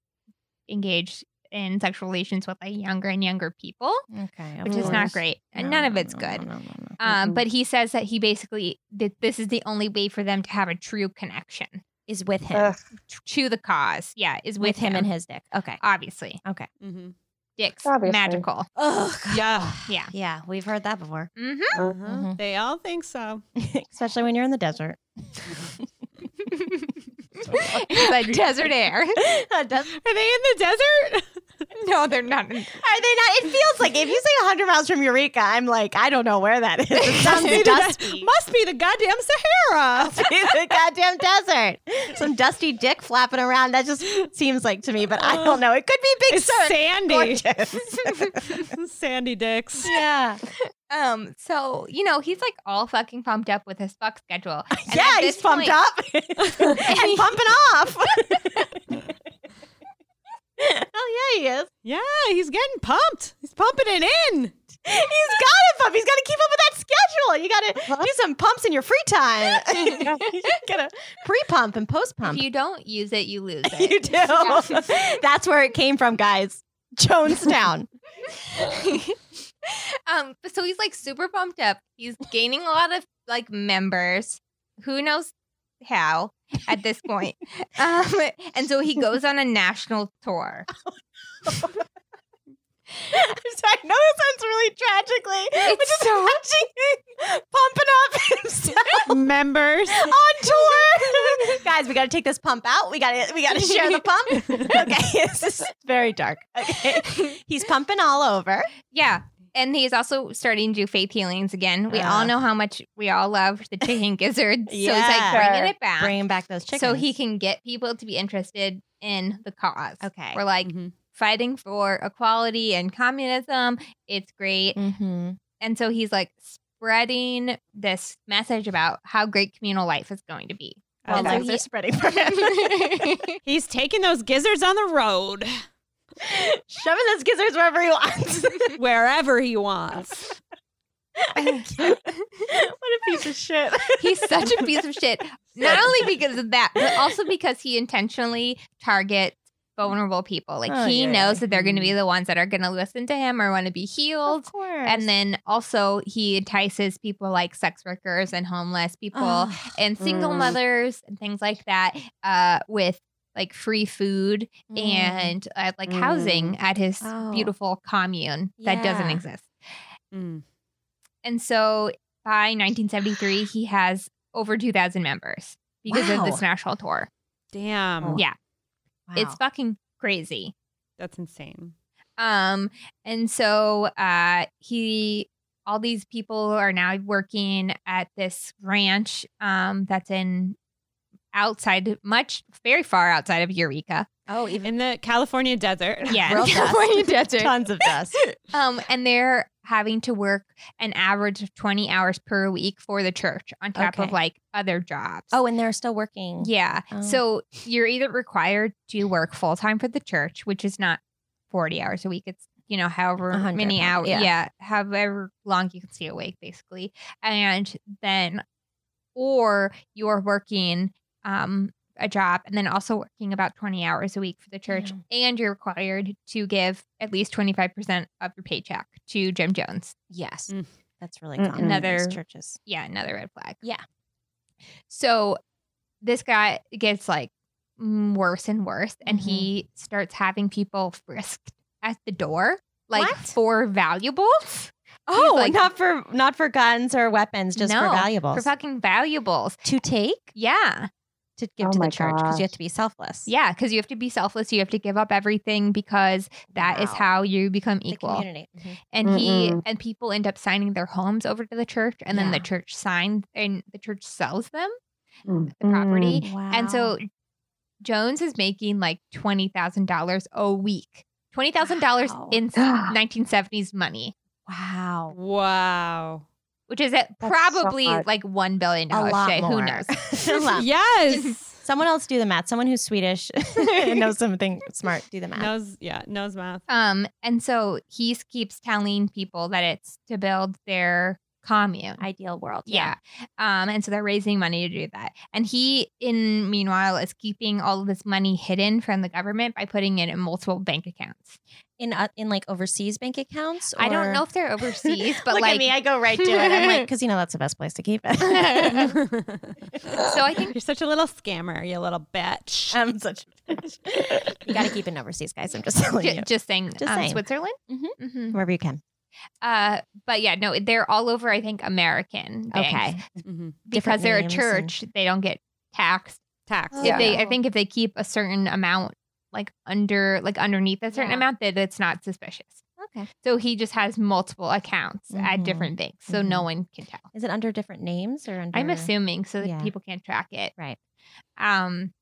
Speaker 3: engage in sexual relations with like younger and younger people
Speaker 2: Okay.
Speaker 3: which is not great and none of it's good Um, but he says that he basically that this is the only way for them to have a true connection
Speaker 2: is with him.
Speaker 3: t- to the cause. Yeah, is
Speaker 2: with him and his
Speaker 3: his
Speaker 2: dick. Okay.
Speaker 3: obviously.
Speaker 1: Mm-hmm.
Speaker 3: Dick's
Speaker 5: Obviously.
Speaker 3: magical.
Speaker 2: Oh,
Speaker 1: Yeah.
Speaker 3: Yeah.
Speaker 2: yeah. We've heard that before,
Speaker 3: hmm
Speaker 1: Uh-huh.
Speaker 2: Mhm.
Speaker 1: They all think so.
Speaker 2: especially when you're in the desert.
Speaker 3: it's like desert air.
Speaker 2: That does-
Speaker 1: Are they in the desert?
Speaker 3: No, they're not.
Speaker 2: Are they not? It feels like if you say 100 miles from Eureka, I'm like, I don't know where that is. It sounds
Speaker 1: Maybe that
Speaker 2: dusty.
Speaker 1: Must be the goddamn Sahara.
Speaker 2: It's a goddamn desert. Some dusty dick flapping around. That just seems like to me, but I don't know. It could be Big
Speaker 1: It's
Speaker 2: Sur.
Speaker 1: sandy.
Speaker 2: Gorgeous.
Speaker 1: sandy dicks.
Speaker 2: yeah.
Speaker 3: Um, so you know he's like all fucking pumped up with his fuck schedule. And
Speaker 2: yeah,
Speaker 3: at
Speaker 2: he's
Speaker 3: this
Speaker 2: pumped
Speaker 3: point-
Speaker 2: up and pumping off. Oh yeah, he is.
Speaker 1: Yeah, he's getting pumped. He's pumping it in.
Speaker 2: He's got it pumped. He's got to keep up with that schedule. You got to do some pumps in your free time. you got to pre-pump and post-pump.
Speaker 3: If you don't use it, you lose it.
Speaker 2: You do. That's where it came from, guys. Jonestown.
Speaker 3: um, but so he's like super pumped up. He's gaining a lot of like members. Who knows how at this point? um, and so he goes on a national tour.
Speaker 2: I'm sorry, no, it sounds really tragically. It's just so pumping up himself
Speaker 1: Members.
Speaker 2: on tour. guys, we got to take this pump out. We got to we got to share the pump. Okay, this is very dark. Okay, he's pumping all over.
Speaker 3: Yeah. And he's also starting to do faith healings again. We all
Speaker 2: Yeah.
Speaker 3: know how much we all love the chicken gizzards. So he's like
Speaker 2: Yeah.
Speaker 3: bringing it back.
Speaker 2: Bringing back those chickens
Speaker 3: so he can get people to be interested in the cause.
Speaker 2: Okay. Mm-hmm.
Speaker 3: We're like
Speaker 1: Mhm.
Speaker 3: fighting for equality and communism. It's great.
Speaker 2: Mm-hmm.
Speaker 3: And so he's like spreading this message about how great communal life is going to be.
Speaker 1: I
Speaker 3: And so
Speaker 1: like
Speaker 3: he-
Speaker 2: they're spreading for him.
Speaker 1: He's taking those gizzards on the road
Speaker 2: Shoving those gizzards wherever he wants.
Speaker 1: wherever he wants.
Speaker 2: what a piece of shit.
Speaker 3: He's such a piece of shit. Not only because of that, but also because he intentionally targets vulnerable people. Like
Speaker 2: Oh,
Speaker 3: he
Speaker 2: yeah, Mm-hmm.
Speaker 3: knows
Speaker 2: yeah.
Speaker 3: that they're going to be the ones that are going to listen to him or want to be healed.
Speaker 2: course.
Speaker 3: And then also he entices people like sex workers and homeless people and single
Speaker 2: Mm.
Speaker 3: mothers and things like that uh, with like free food and uh, like housing at his
Speaker 2: Mm. Oh.
Speaker 3: beautiful commune that doesn't
Speaker 2: Yeah.
Speaker 3: exist.
Speaker 1: Mm.
Speaker 3: And so by 1973, he has over 2,000 members because
Speaker 2: Wow.
Speaker 3: of this national tour.
Speaker 1: Damn.
Speaker 2: Oh.
Speaker 3: Yeah, it's fucking crazy.
Speaker 1: That's insane.
Speaker 3: Um, and so uh, he, all these people are now working at this ranch um, that's in outside, much very far outside of Eureka.
Speaker 2: oh, even
Speaker 1: In the California desert.
Speaker 3: Yeah,
Speaker 2: Real dust.
Speaker 3: California desert.
Speaker 2: tons of dust.
Speaker 3: Um, and they're having to work an average of 20 hours per week for the church on top of
Speaker 2: Okay.
Speaker 3: like other jobs.
Speaker 2: oh, and they're still working.
Speaker 3: yeah.
Speaker 2: Oh.
Speaker 3: So you're either required to work full time for the church, which is not 40 hours a week. It's, you know, however
Speaker 2: 100,
Speaker 3: many hours.
Speaker 2: yeah.
Speaker 3: Yeah. However long you can stay awake, basically. And then, or you're working um, a job and then also working about 20 hours a week for the church.
Speaker 2: Mm-hmm.
Speaker 3: And you're required to give at least 25% of your paycheck to Jim Jones.
Speaker 2: Yes.
Speaker 1: Mm.
Speaker 2: That's really
Speaker 7: Mm,
Speaker 2: common in these
Speaker 3: another-
Speaker 2: churches.
Speaker 3: yeah, another red flag.
Speaker 2: Yeah.
Speaker 3: So this guy gets like mm, worse and worse, and
Speaker 2: Mm-hmm.
Speaker 3: he starts having people frisked at the door, like
Speaker 2: What?
Speaker 3: for valuables,
Speaker 2: Oh,
Speaker 3: like-
Speaker 2: not for not for guns or weapons, just
Speaker 3: No,
Speaker 2: for valuables.
Speaker 3: for fucking valuables.
Speaker 2: to take
Speaker 3: Yeah.
Speaker 2: to give
Speaker 5: Oh
Speaker 2: to
Speaker 5: my
Speaker 2: the church because
Speaker 5: gosh.
Speaker 2: you have to be selfless.
Speaker 3: Yeah. Cause you have to be selfless. You have to give up everything because that is
Speaker 2: Wow.
Speaker 3: how you become
Speaker 2: the
Speaker 3: equal.
Speaker 2: community. Mhm.
Speaker 3: and he
Speaker 5: Mm-mm.
Speaker 3: and people end up signing their homes over to the church and then
Speaker 2: Yeah.
Speaker 3: the church signs and the church sells them
Speaker 5: Mm.
Speaker 3: the property
Speaker 2: Wow.
Speaker 3: and so
Speaker 2: Um,
Speaker 3: jones is making like $20000 a week $20000
Speaker 2: Wow.
Speaker 3: in s- 1970s money
Speaker 2: wow,
Speaker 1: Wow.
Speaker 3: which is at
Speaker 5: so
Speaker 3: probably
Speaker 5: much.
Speaker 3: like $1 billion
Speaker 2: a lot
Speaker 3: today
Speaker 2: more.
Speaker 3: who knows
Speaker 2: a lot.
Speaker 1: Yes.
Speaker 2: Someone else do the math. Someone who's Swedish and knows something smart. Do the math.
Speaker 1: Nose, yeah, nose math.
Speaker 3: um and so he s- keeps telling people that it's to build their commune
Speaker 2: Ideal world.
Speaker 3: Yeah. Um, and so they're raising money to do that. And he, in meanwhile, is keeping all of this money hidden from the government by putting it in multiple bank accounts.
Speaker 2: in uh, in like overseas bank accounts.
Speaker 3: I don't
Speaker 2: or-
Speaker 3: know if they're overseas, but
Speaker 2: Look
Speaker 3: like
Speaker 2: at me, I go right to it. I'm like, because you know that's the best place to keep it.
Speaker 1: so
Speaker 3: I think-
Speaker 1: you're such a little scammer, you little bitch.
Speaker 2: I'm such. a bitch. you got to keep it overseas, guys. I'm just telling
Speaker 3: ju-
Speaker 2: you,
Speaker 3: just saying,
Speaker 2: Just
Speaker 3: um,
Speaker 2: saying.
Speaker 3: Switzerland.
Speaker 2: Mhm.
Speaker 3: Mhm.
Speaker 2: wherever you can.
Speaker 3: Uh, but yeah, no, they're all over. I think American banks
Speaker 2: Okay,
Speaker 1: Mhm.
Speaker 2: Different
Speaker 3: because they're a
Speaker 2: names
Speaker 3: church. They don't get taxed
Speaker 1: Tax.
Speaker 3: if they. I think if they keep a certain amount like under like underneath a certain
Speaker 2: Yeah.
Speaker 3: amount that it's not suspicious.
Speaker 2: Okay.
Speaker 3: So he just has multiple accounts at
Speaker 2: Mhm.
Speaker 3: different banks, so no one can tell.
Speaker 2: Is it under different names or under?
Speaker 3: I'm assuming so that
Speaker 2: Yeah.
Speaker 3: people can't track it.
Speaker 2: Right.
Speaker 3: Um.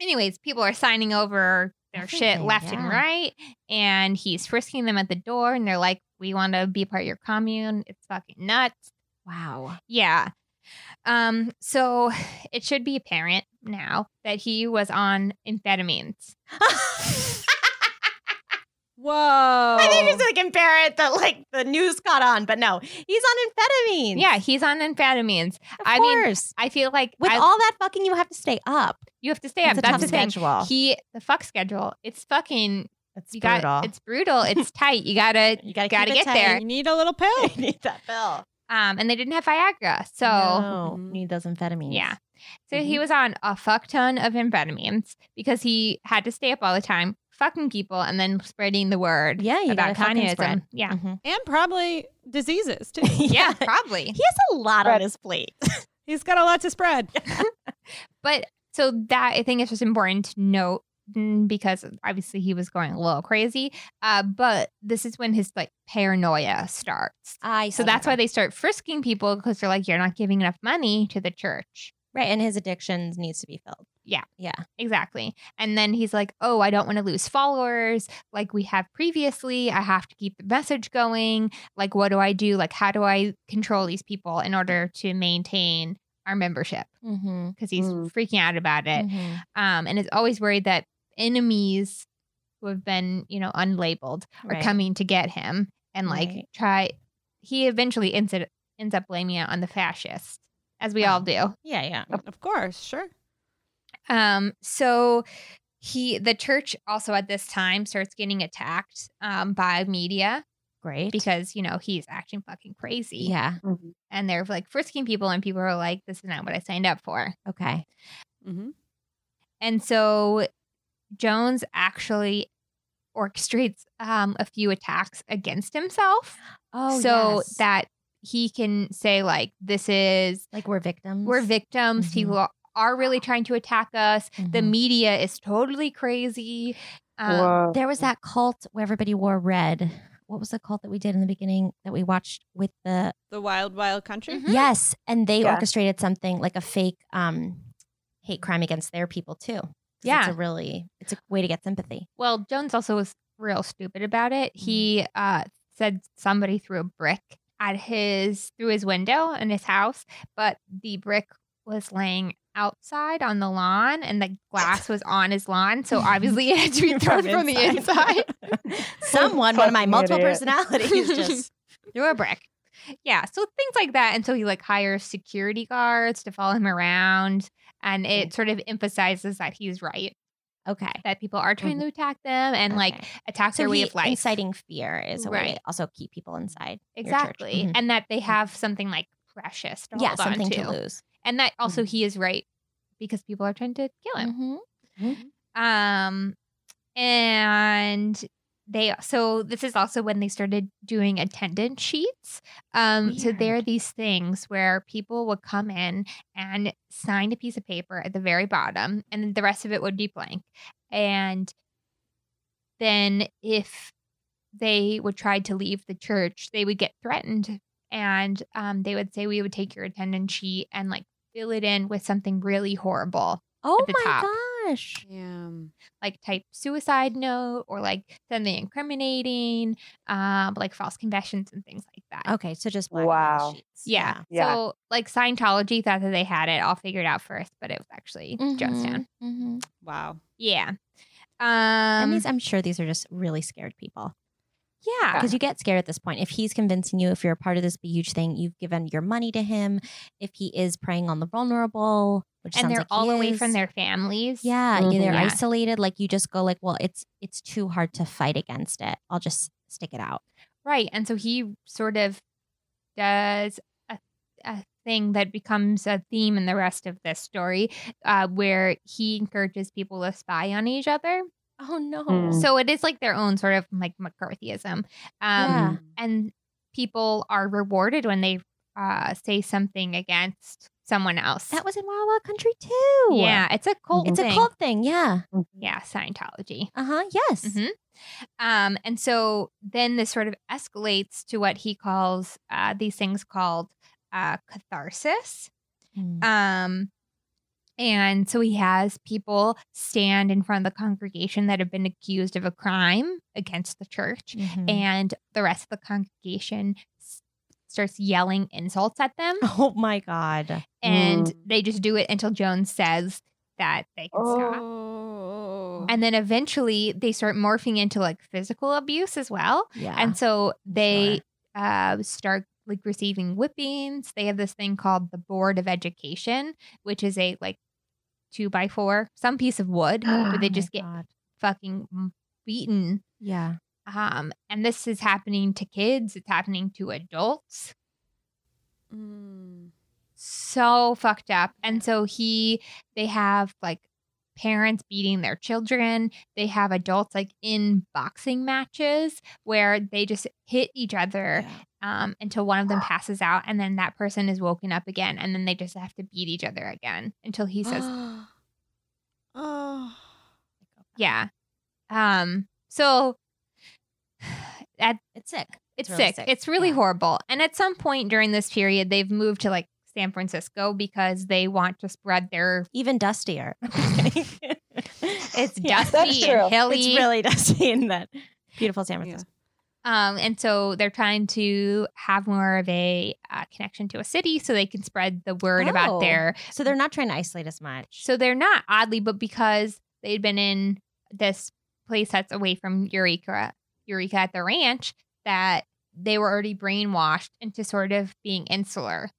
Speaker 3: Anyways, people are signing over their shit
Speaker 2: Everything,
Speaker 3: left
Speaker 2: yeah.
Speaker 3: and right, and he's frisking them at the door, and they're like, "We want to be part of your commune. It's fucking nuts."
Speaker 2: Wow.
Speaker 3: Yeah. Um, so it should be apparent now that he was on amphetamines.
Speaker 1: Whoa.
Speaker 2: I think
Speaker 3: Oh.
Speaker 2: it's like embarrassed that like the news caught on, but no, he's on amphetamines.
Speaker 3: Yeah, he's on amphetamines.
Speaker 2: Of
Speaker 3: I mean,
Speaker 2: course.
Speaker 3: I feel like
Speaker 2: With
Speaker 3: I-
Speaker 2: all that fucking, you have to stay up.
Speaker 3: you have to stay up.
Speaker 2: It's a
Speaker 3: That's
Speaker 2: tough
Speaker 3: the thing.
Speaker 2: schedule.
Speaker 3: He the fuck schedule. It's fucking
Speaker 2: It's
Speaker 3: you
Speaker 2: brutal.
Speaker 3: got it's brutal. It's tight. You gotta
Speaker 2: you gotta, Oh.
Speaker 3: gotta
Speaker 2: keep it
Speaker 3: get there.
Speaker 1: You need a little pill.
Speaker 2: tight. You need that pill.
Speaker 3: um and they didn't have Viagra. So
Speaker 2: No,
Speaker 1: Mhm.
Speaker 2: Mm-hmm. Oh, need those amphetamines.
Speaker 3: Yeah. So he was on a fuck ton of amphetamines because he had to stay up all the time, fucking people and then spreading the word
Speaker 2: Yeah, you
Speaker 3: about
Speaker 2: got
Speaker 3: communism. Yeah.
Speaker 2: Mhm.
Speaker 1: And probably diseases too.
Speaker 3: Yeah, probably.
Speaker 2: He has a lot on his plate.
Speaker 1: He's got a lot to spread.
Speaker 3: But so that I think it's just important to note mm, because obviously he was going a little crazy. Uh, but this is when his like paranoia starts.
Speaker 2: I
Speaker 3: So that's why they start frisking people because they're like, you're not giving enough money to the church.
Speaker 2: right, and his addiction needs to be filled.
Speaker 3: Yeah.
Speaker 2: yeah.
Speaker 3: Exactly. And then he's like, oh, I don't want to lose followers like we have previously. I have to keep the message going. Like, what do I do? Like, how do I control these people in order to maintain our membership?
Speaker 2: Mm-hmm.
Speaker 3: Because he's
Speaker 1: Mm.
Speaker 3: freaking out about it.
Speaker 2: hmm
Speaker 3: um, and is always worried that enemies who have been, you know, unlabeled are
Speaker 2: Right.
Speaker 3: coming to get him and like
Speaker 2: Right.
Speaker 3: try. He eventually ends, it, ends up blaming it on the fascists, as we all
Speaker 2: Oh.
Speaker 3: do.
Speaker 2: Yeah, yeah.
Speaker 1: Of course, sure.
Speaker 3: Um, so he, the church, also at this time starts getting attacked um, by media
Speaker 2: Great.
Speaker 3: because you know he's acting fucking crazy,
Speaker 2: yeah.
Speaker 3: and they're like frisking people, and people are like, "This is not what I signed up for."
Speaker 2: Okay.
Speaker 1: Mm-hmm.
Speaker 3: And so Jones actually orchestrates um, a few attacks against himself
Speaker 2: Oh,
Speaker 3: so
Speaker 2: yes.
Speaker 3: that he can say, like, this is,
Speaker 2: like we're victims.
Speaker 3: we're victims.
Speaker 2: Mhm.
Speaker 3: People are really trying to attack us. The
Speaker 2: Mhm.
Speaker 3: media is totally crazy. Um,
Speaker 5: Whoa.
Speaker 2: There was that cult where everybody wore red. What was the cult that we did in the beginning that we watched with the
Speaker 1: The wild, wild country.
Speaker 3: Mhm.
Speaker 2: Yes, and they
Speaker 5: Yeah.
Speaker 2: orchestrated something like a fake um hate crime against their people too. 'Cause It's
Speaker 3: Yeah.
Speaker 2: a really it's a way to get sympathy.
Speaker 3: well, Jones also was real stupid about it.
Speaker 2: Mm-hmm.
Speaker 3: He uh, said somebody threw a brick at his through his window in his house, but the brick was laying outside on the lawn and the glass was on his lawn so obviously it had to be thrown from the inside
Speaker 2: Someone, one of my
Speaker 5: Fucking
Speaker 2: multiple
Speaker 5: idiot.
Speaker 2: personalities just
Speaker 3: through a brick yeah so things like that and so he like hires security guards to follow him around and
Speaker 2: Mm-hmm.
Speaker 3: it sort of emphasizes that he's right
Speaker 2: Okay.
Speaker 3: that people are trying to attack them and like
Speaker 2: Mm-hmm. Okay.
Speaker 3: attack
Speaker 2: so
Speaker 3: their way
Speaker 2: he,
Speaker 3: of life
Speaker 2: inciting fear is a way
Speaker 3: Right.
Speaker 2: to also keep people inside. your church.
Speaker 3: Exactly.
Speaker 2: Mhm.
Speaker 3: And that they have something like precious to
Speaker 2: Yeah,
Speaker 3: hold on
Speaker 2: something to, Mm-hmm.
Speaker 3: to.
Speaker 2: lose.
Speaker 3: And that also he is right because people are trying to kill him.
Speaker 2: Mhm.
Speaker 3: Um and they so this is also when they started doing attendance sheets. Um so there are these things where people would come in and sign a piece of paper at the very bottom and then the rest of it would be blank. And then if they would try to leave the church, they would get threatened and um, they would say we would take your attendance sheet and like fill it in with something really horrible
Speaker 2: Oh
Speaker 3: the
Speaker 2: my
Speaker 3: top.
Speaker 2: gosh.
Speaker 1: Yeah.
Speaker 3: like type suicide note or like something incriminating, um, like false confessions and things like that.
Speaker 2: Okay, so just black and white
Speaker 5: Wow.
Speaker 2: sheets.
Speaker 3: Yeah.
Speaker 5: Yeah.
Speaker 3: So like Scientology thought that they had it all figured out first, but it was actually
Speaker 2: Mm-hmm.
Speaker 3: Jonestown.
Speaker 2: Mhm.
Speaker 1: Wow.
Speaker 3: Yeah. Um,
Speaker 2: and these, I'm sure these are just really scared people
Speaker 3: yeah.
Speaker 2: because you get scared at this point. If he's convincing you, if you're a part of this huge thing, you've given your money to him. If he is preying on the vulnerable, which
Speaker 3: And
Speaker 2: sounds
Speaker 3: they're
Speaker 2: like
Speaker 3: all
Speaker 2: he
Speaker 3: away from
Speaker 2: is.
Speaker 3: their families.
Speaker 2: yeah,
Speaker 5: Mhm.
Speaker 2: they're
Speaker 3: Yeah.
Speaker 2: isolated. Like you just go like, well, it's it's too hard to fight against it. I'll just stick it out.
Speaker 3: Right. And so he sort of does a, a thing that becomes a theme in the rest of this story uh, where he encourages people to spy on each other.
Speaker 2: Oh no.
Speaker 5: Mm.
Speaker 3: So it is like their own sort of like McCarthyism.
Speaker 1: Mm.
Speaker 3: Um,
Speaker 2: Yeah.
Speaker 3: And people are rewarded when they uh, say something against someone else.
Speaker 2: That was in Wild Wild Country too.
Speaker 3: yeah, it's a cult.
Speaker 2: It's a
Speaker 3: thing.
Speaker 2: cult thing. Yeah.
Speaker 3: Yeah, Scientology.
Speaker 2: Uh huh. Yes.
Speaker 5: Mm-hmm.
Speaker 3: Mhm. Um, and so then this sort of escalates to what he calls uh, these things called uh, catharsis.
Speaker 2: Mm.
Speaker 3: Um, and so he has people stand in front of the congregation that have been accused of a crime against the church,
Speaker 2: Mhm.
Speaker 3: and the rest of the congregation s- starts yelling insults at them.
Speaker 2: oh my god.
Speaker 3: And they just do it until Jones says that they can stop.
Speaker 1: Oh.
Speaker 3: And then eventually they start morphing into like physical abuse as well.
Speaker 2: Yeah. oh
Speaker 3: And so they uh, start like receiving whippings. They have this thing called the Board of Education, which is a like two by four, some piece of wood where they
Speaker 2: Oh my
Speaker 3: just get
Speaker 2: God.
Speaker 3: fucking beaten.
Speaker 2: Yeah.
Speaker 3: Um, and this is happening to kids, it's happening to adults.
Speaker 1: Mm.
Speaker 3: So fucked up. And so he, they have like, Parents beating their children. They have adults like in boxing matches where they just hit each other um, until one of them passes out, and then that person is woken up again, and then they just have to beat each other again until he says,
Speaker 1: oh.
Speaker 3: "Yeah." Um, so at,
Speaker 2: It's sick.
Speaker 3: it's,
Speaker 2: really
Speaker 3: sick. It's really
Speaker 2: Yeah.
Speaker 3: horrible. And at some point during this period, they've moved to like San Francisco because they want to spread their.
Speaker 2: Even dustier.
Speaker 3: It's
Speaker 2: it's
Speaker 3: dusty and hilly.
Speaker 2: It's really dusty in that beautiful San Francisco.
Speaker 3: Um, and so they're trying to have more of a uh, connection to a city so they can spread the word
Speaker 2: Oh.
Speaker 3: about their
Speaker 2: So they're not trying to isolate as much.
Speaker 3: So they're not oddly, but because they'd been in this place that's away from Eureka, Eureka at the ranch, that they were already brainwashed into sort of being insular.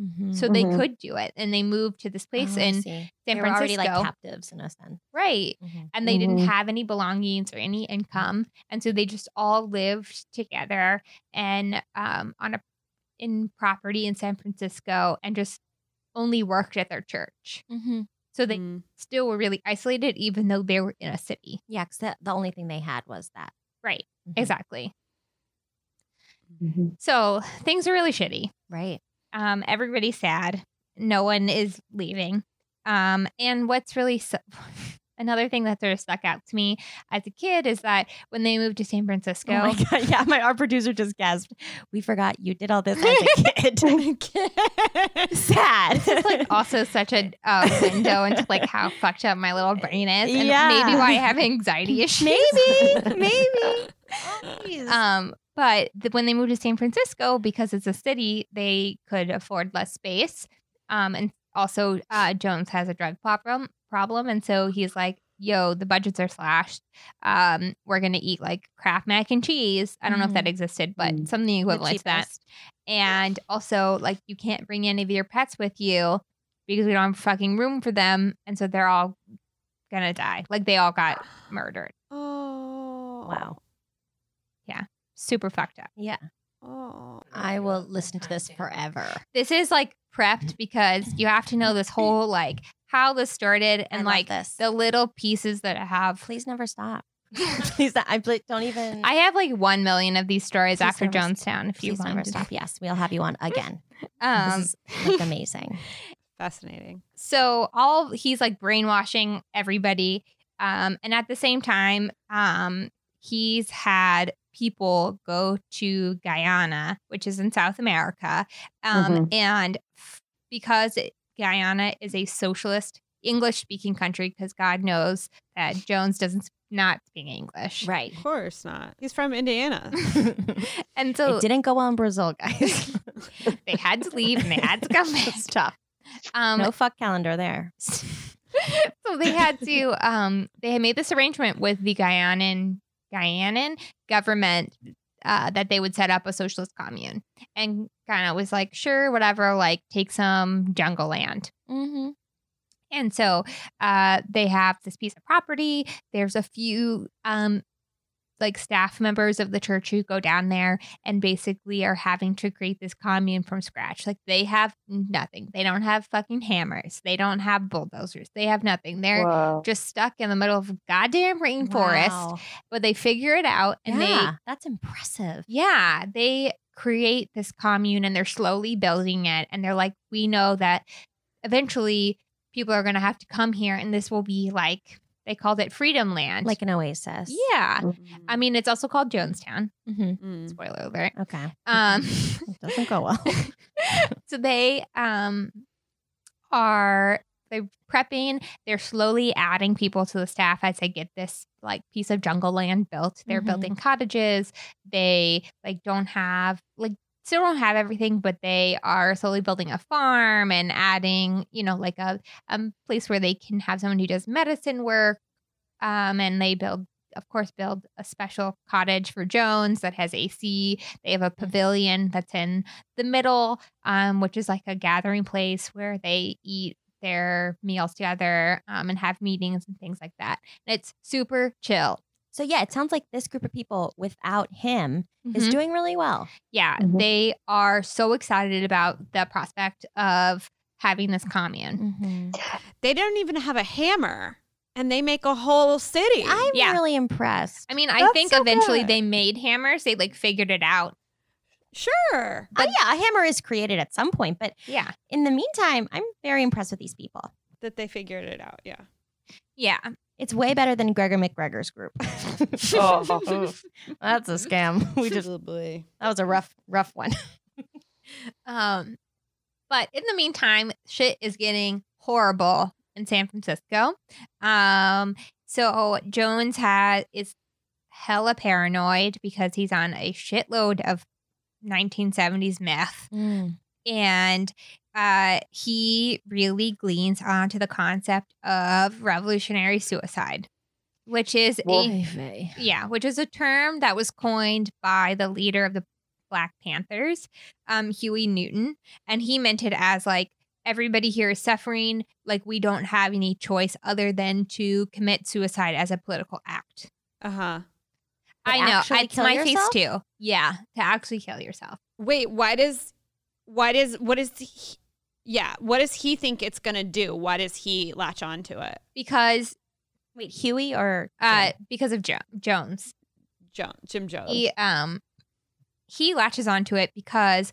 Speaker 2: Mhm.
Speaker 3: So they could do it, and they moved to this place
Speaker 2: Oh, I
Speaker 3: in
Speaker 2: see.
Speaker 3: San
Speaker 2: they were
Speaker 3: Francisco, Mm-hmm.
Speaker 2: already like captives in a sense.
Speaker 3: right?
Speaker 2: Mhm.
Speaker 3: And they didn't have any belongings or any income, and so they just all lived together and um, on a in property in San Francisco, and just only worked at their church. So they
Speaker 1: Mm.
Speaker 3: still were really isolated, even though they were in a city.
Speaker 2: Yeah, because the only thing they had was that.
Speaker 3: Right.
Speaker 2: Mhm.
Speaker 3: Exactly. Mm-hmm. So things are really shitty.
Speaker 2: Right.
Speaker 3: Um, everybody's sad. No one is leaving. Um, and what's really su- another thing that sort of stuck out to me as a kid is that when they moved to San Francisco,
Speaker 2: Oh my god! Yeah, my our producer just gasped. We forgot you did all this as a kid. Sad.
Speaker 3: it's like also such a uh, window into like how fucked up my little brain is, and
Speaker 2: Yeah.
Speaker 3: maybe why I have anxiety issues.
Speaker 2: maybe, maybe.
Speaker 3: Um, but th- when they moved to San Francisco, because it's a city, they could afford less space. Um, and also, uh, Jones has a drug problem, problem, and so he's like, "Yo, the budgets are slashed. Um, we're gonna eat like Kraft mac and cheese. I don't know if that existed, but something equivalent to that. And also, like, you can't bring any of your pets with you because we don't have fucking room for them, and so they're all gonna die. Like, they all got murdered.
Speaker 1: Oh.
Speaker 2: Wow.
Speaker 3: Super fucked up."
Speaker 2: Yeah,
Speaker 1: Oh.
Speaker 2: I will listen to this forever.
Speaker 3: this is like prepped because you have to know this whole like how this started
Speaker 2: I
Speaker 3: and
Speaker 2: love
Speaker 3: like
Speaker 2: this.
Speaker 3: the little pieces that I have.
Speaker 2: Please never stop. please, I pl- don't even.
Speaker 3: I have like one million of these stories
Speaker 2: Please
Speaker 3: after
Speaker 2: never s-
Speaker 3: Jonestown. If you
Speaker 2: please never
Speaker 3: want to
Speaker 2: stop. Yes, we'll have you on again.
Speaker 3: Um,
Speaker 2: this is like, amazing.
Speaker 1: Fascinating.
Speaker 3: so all he's like brainwashing everybody, um, and at the same time, um, he's had people go to Guyana, which is in South America, um,
Speaker 2: Mm-hmm.
Speaker 3: and f- because it, Guyana is a socialist English speaking country, because God knows that Jones doesn't not speak English,
Speaker 2: Right.
Speaker 1: Of course not. He's from Indiana.
Speaker 3: and so
Speaker 2: it didn't go well in Brazil, guys.
Speaker 3: they had to leave and they had to come back.
Speaker 2: It's tough.
Speaker 3: Um,
Speaker 2: no fuck calendar there.
Speaker 3: so they had to um they had made this arrangement with the Guyanan Guyanan government uh, that they would set up a socialist commune and Ghana was like sure whatever like take some jungle land
Speaker 2: Mm-hmm.
Speaker 3: and so uh, they have this piece of property there's a few um like staff members of the church who go down there and basically are having to create this commune from scratch. Like they have nothing. They don't have fucking hammers. They don't have bulldozers. They have nothing. They're
Speaker 5: Wow.
Speaker 3: just stuck in the middle of a goddamn rainforest, but they figure it out and
Speaker 2: yeah,
Speaker 3: they
Speaker 2: that's impressive.
Speaker 3: yeah, they create this commune and they're slowly building it and they're like we know that eventually people are going to have to come here and this will be like they called it freedom land
Speaker 2: like Mm-hmm. an oasis.
Speaker 3: yeah i mean it's also called jonestown
Speaker 2: hmm
Speaker 1: Mm.
Speaker 3: spoiler alert
Speaker 2: Okay.
Speaker 3: um
Speaker 2: It doesn't go well.
Speaker 3: so they um are they're prepping they're slowly adding people to the staff as they get this like piece of jungle land built they're
Speaker 2: Mhm.
Speaker 3: building cottages they like don't have like still don't have everything but they are slowly building a farm and adding you know like a um, place where they can have someone who does medicine work um, and they build of course build a special cottage for jones that has ac they have a pavilion that's in the middle um, which is like a gathering place where they eat their meals together um, and have meetings and things like that and it's super chill
Speaker 2: So yeah, it sounds like this group of people without him
Speaker 1: Mm-hmm.
Speaker 2: is
Speaker 3: Mhm.
Speaker 2: doing really well.
Speaker 3: yeah
Speaker 6: Mhm.
Speaker 3: they are so excited about the prospect of having this
Speaker 1: Mm.
Speaker 3: commune
Speaker 1: They don't even have a hammer, and they make a whole city.
Speaker 2: I'm
Speaker 3: Yeah.
Speaker 2: really impressed.
Speaker 3: i mean i
Speaker 1: That's
Speaker 3: think
Speaker 1: so
Speaker 3: eventually
Speaker 1: good.
Speaker 3: they made hammers they like figured it out
Speaker 1: sure.
Speaker 2: oh yeah, a hammer is created at some point, but
Speaker 3: yeah
Speaker 2: in the meantime, I'm very impressed with these people.
Speaker 1: That they figured it out. Yeah.
Speaker 3: yeah
Speaker 2: It's way better than Gregor McGregor's group.
Speaker 1: Oh.
Speaker 2: That's a scam. We just
Speaker 1: Probably.
Speaker 2: that was a rough, rough one.
Speaker 3: Um, but in the meantime, shit is getting horrible in San Francisco. Um, so Jones has is hella paranoid because he's on a shitload of 1970s meth, and uh, he really gleans onto the concept of revolutionary suicide, which is a yeah, which is a term that was coined by the leader of the Black Panthers, um, Huey Newton. And he meant it as like, everybody here is suffering. Like, we don't have any choice other than to commit suicide as a political act.
Speaker 1: Uh huh.
Speaker 2: To
Speaker 3: I know.
Speaker 2: actually
Speaker 3: It's
Speaker 2: kill
Speaker 3: my
Speaker 2: yourself?
Speaker 3: face too. Yeah, to actually kill yourself.
Speaker 1: Wait. Why does? Why does? What is? He, yeah. What does he think it's gonna do? Why does he latch on to it?
Speaker 3: Because
Speaker 2: Wait, Huey or
Speaker 3: uh, because of jo- Jones.
Speaker 1: Joan, Jim Jones.
Speaker 3: he um he latches onto it because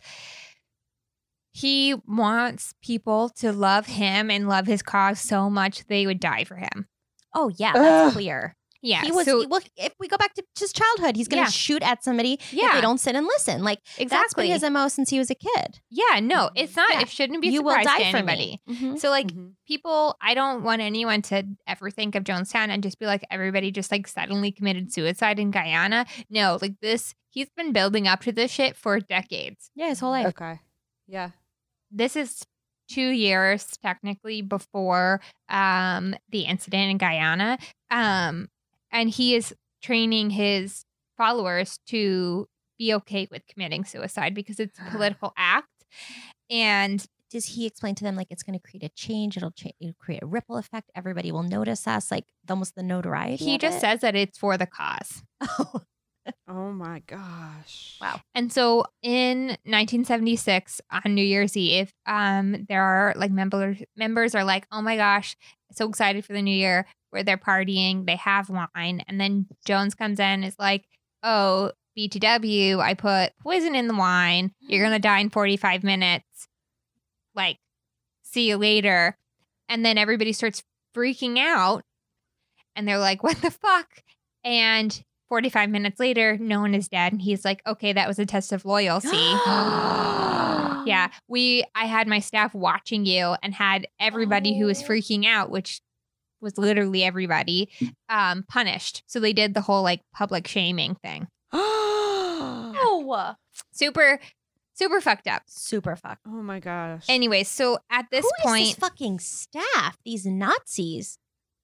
Speaker 3: he wants people to love him and love his cause so much they would die for him.
Speaker 2: oh yeah, that's
Speaker 7: Ugh.
Speaker 2: clear.
Speaker 3: Yeah,
Speaker 2: he was
Speaker 3: so-
Speaker 2: he- well. If we go back to his childhood, he's going to
Speaker 3: Yeah.
Speaker 2: shoot at somebody if
Speaker 3: yeah,
Speaker 2: they don't sit and listen. Like
Speaker 3: exactly.
Speaker 2: that's been his mo since he was a kid.
Speaker 3: yeah, no, it's not.
Speaker 2: Yeah.
Speaker 3: It shouldn't be. a
Speaker 2: you will
Speaker 3: surprise
Speaker 2: die
Speaker 3: to
Speaker 2: for
Speaker 3: anybody. Mm-hmm.
Speaker 2: me. Mhm.
Speaker 3: So like
Speaker 1: Mhm.
Speaker 3: people, I don't want anyone to ever think of Jonestown and just be like everybody just like suddenly committed suicide in Guyana. No, like this, he's been building up to this shit for decades.
Speaker 2: Yeah, his whole life.
Speaker 1: Okay. Yeah.
Speaker 3: this is two years technically before um, the incident in Guyana. Um, and he is training his followers to be okay with committing suicide because it's a political act. And
Speaker 2: Does he explain to them like it's going to create a change? It'll, cha- it'll create a ripple effect. Everybody will notice us. Like almost the notoriety.
Speaker 3: he
Speaker 2: of
Speaker 3: just
Speaker 2: it?
Speaker 3: says that it's for the cause.
Speaker 1: Oh my gosh.
Speaker 3: Wow. And so in 1976 on New Year's Eve, um, there are like members members are like, oh my gosh, so excited for the new year where they're partying, they have wine, and then Jones comes in and is like, oh, BTW, I put poison in the wine. You're gonna die in 45 minutes. Like, see you later. And then everybody starts freaking out, and they're like, what the fuck? And 45 minutes later, no one is dead. And he's like, okay, that was a test of loyalty. yeah. We, I had my staff watching you and had everybody who
Speaker 2: Oh.
Speaker 3: was freaking out, which was literally everybody, um, punished. So they did the whole like public shaming thing.
Speaker 1: oh
Speaker 2: Oh,
Speaker 3: Super, super fucked up.
Speaker 2: super fuck.
Speaker 1: Oh my gosh.
Speaker 3: Anyway, so at this
Speaker 2: Who is
Speaker 3: point,
Speaker 2: this fucking staff? These Nazis.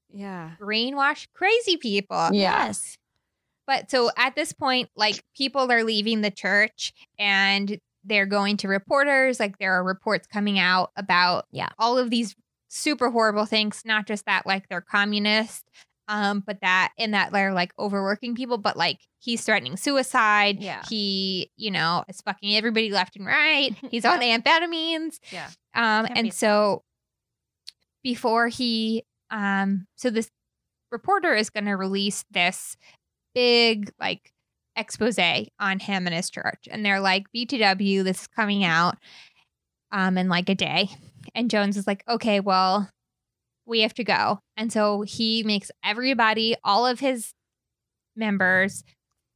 Speaker 1: yeah.
Speaker 3: brainwash crazy
Speaker 1: Uh,
Speaker 3: people.
Speaker 2: Yes.
Speaker 3: But so at this point, like people are leaving the church and they're going to reporters. Like there are reports coming out about
Speaker 2: Yeah.
Speaker 3: all of these super horrible things, not just that like they're communist, um, but that and that they're like overworking people, but like he's threatening suicide.
Speaker 2: Yeah.
Speaker 3: He, you know, is fucking everybody left and right. He's on amphetamines.
Speaker 2: Yeah.
Speaker 3: Um,
Speaker 2: Can't be
Speaker 3: and so before he um so this reporter is going to release this big like expose on him and his church and they're like btw this is coming out um in like a day And Jones is like, okay, well, we have to go. And so he makes everybody, all of his members,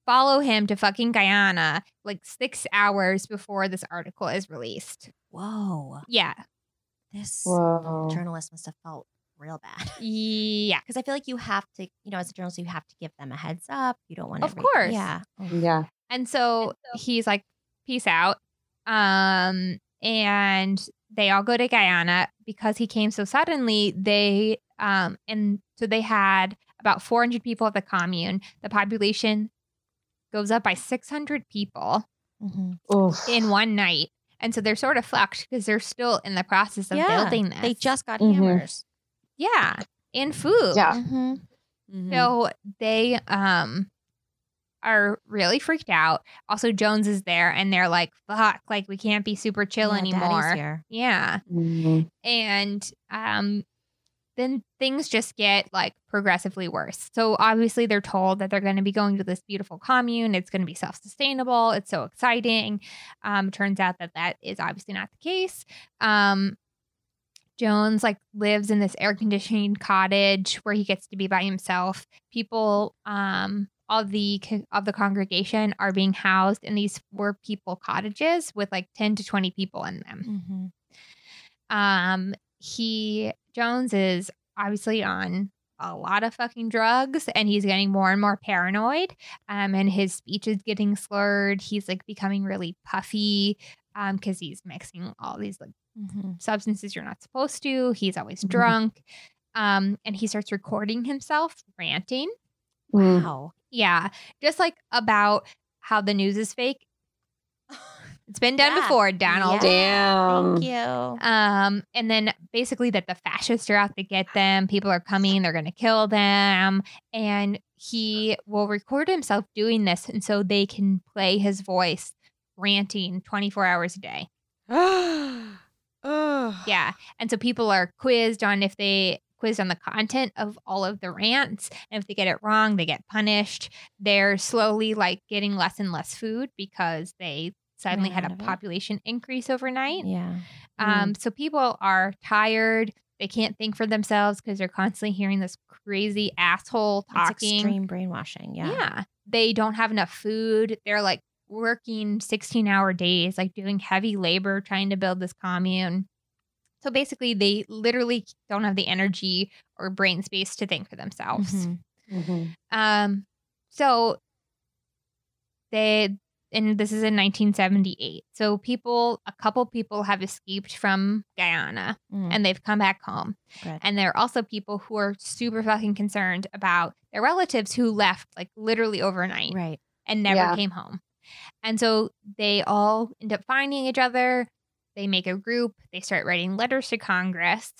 Speaker 3: follow him to fucking Guyana like six hours before this article is released.
Speaker 2: Whoa.
Speaker 3: Yeah.
Speaker 2: This
Speaker 5: Whoa.
Speaker 2: journalist must have felt real bad.
Speaker 3: Yeah.
Speaker 2: Because I feel like you have to, you know, as a journalist, you have to give them a heads up. You don't want
Speaker 3: Of
Speaker 2: every-
Speaker 3: course.
Speaker 2: Yeah.
Speaker 5: Yeah.
Speaker 3: And so he's like, peace out. Um, and they all go to Guyana because he came so suddenly. They, um, and so they had about 400 people at the commune. The population goes up by 600 people
Speaker 2: Mhm.
Speaker 5: Oof.
Speaker 3: in one night. And so they're sort of fucked because they're still in the process of
Speaker 2: Yeah,
Speaker 3: building this.
Speaker 2: They just got
Speaker 5: Mhm.
Speaker 2: hammers.
Speaker 3: yeah, and food.
Speaker 5: Yeah.
Speaker 2: Mm-hmm.
Speaker 3: So they um are really freaked out. Also, Jones is there, and they're like, "Fuck! Like we can't be super chill anymore." Yeah,
Speaker 5: Mhm.
Speaker 3: and um, then things just get like progressively worse. So obviously, they're told that they're going to be going to this beautiful commune. It's going to be self-sustainable. It's so exciting. Um, turns out that that is obviously not the case. Um, Jones like lives in this air conditioned cottage where he gets to be by himself. People um of the co- of the congregation are being housed in these four people cottages with like 10 to 20 people in them.
Speaker 2: Mm-hmm.
Speaker 3: Um he Jones is obviously on a lot of fucking drugs and he's getting more and more paranoid um and his speech is getting slurred. He's like becoming really puffy um cuz he's mixing all these like
Speaker 2: Mm-hmm.
Speaker 3: substances you're not supposed to. He's always
Speaker 5: Mhm.
Speaker 3: drunk. Um, and he starts recording himself ranting.
Speaker 5: Mm.
Speaker 2: Wow.
Speaker 3: Yeah. Just like about how the news is fake. It's been done
Speaker 2: Yeah.
Speaker 3: before, Donald.
Speaker 2: Yeah.
Speaker 5: Damn.
Speaker 2: Thank you.
Speaker 3: Um, and then basically that the fascists are out to get them, people are coming, they're gonna kill them. And he will record himself doing this, and so they can play his voice ranting 24 hours a day.
Speaker 1: oh.
Speaker 3: Yeah. And so people are quizzed on if they quizzed on the content of all of the rants. And if they get it wrong, they get punished. They're slowly like getting less and less food because they suddenly
Speaker 2: Ran
Speaker 3: had
Speaker 2: out
Speaker 3: a
Speaker 2: of it.
Speaker 3: population increase overnight.
Speaker 2: Yeah. Mm-hmm.
Speaker 3: Um, so people are tired. They can't think for themselves because they're constantly hearing this crazy asshole
Speaker 2: It's
Speaker 3: talking.
Speaker 2: extreme brainwashing. Yeah.
Speaker 3: They don't have enough food. They're like working 16 hour days, like doing heavy labor trying to build this commune. So basically, they literally don't have the energy or brain space to think for themselves.
Speaker 2: Mhm.
Speaker 5: Mhm.
Speaker 3: Um, so they, and this is in 1978. So people, a couple people have escaped from Guyana
Speaker 2: Mm.
Speaker 3: and they've come back home.
Speaker 2: Good.
Speaker 3: And there are also people who are super fucking concerned about their relatives who left like literally overnight
Speaker 2: right.
Speaker 3: and never
Speaker 5: Yeah.
Speaker 3: came home. And so they all end up finding each other. They make a group, they start writing letters to Congress.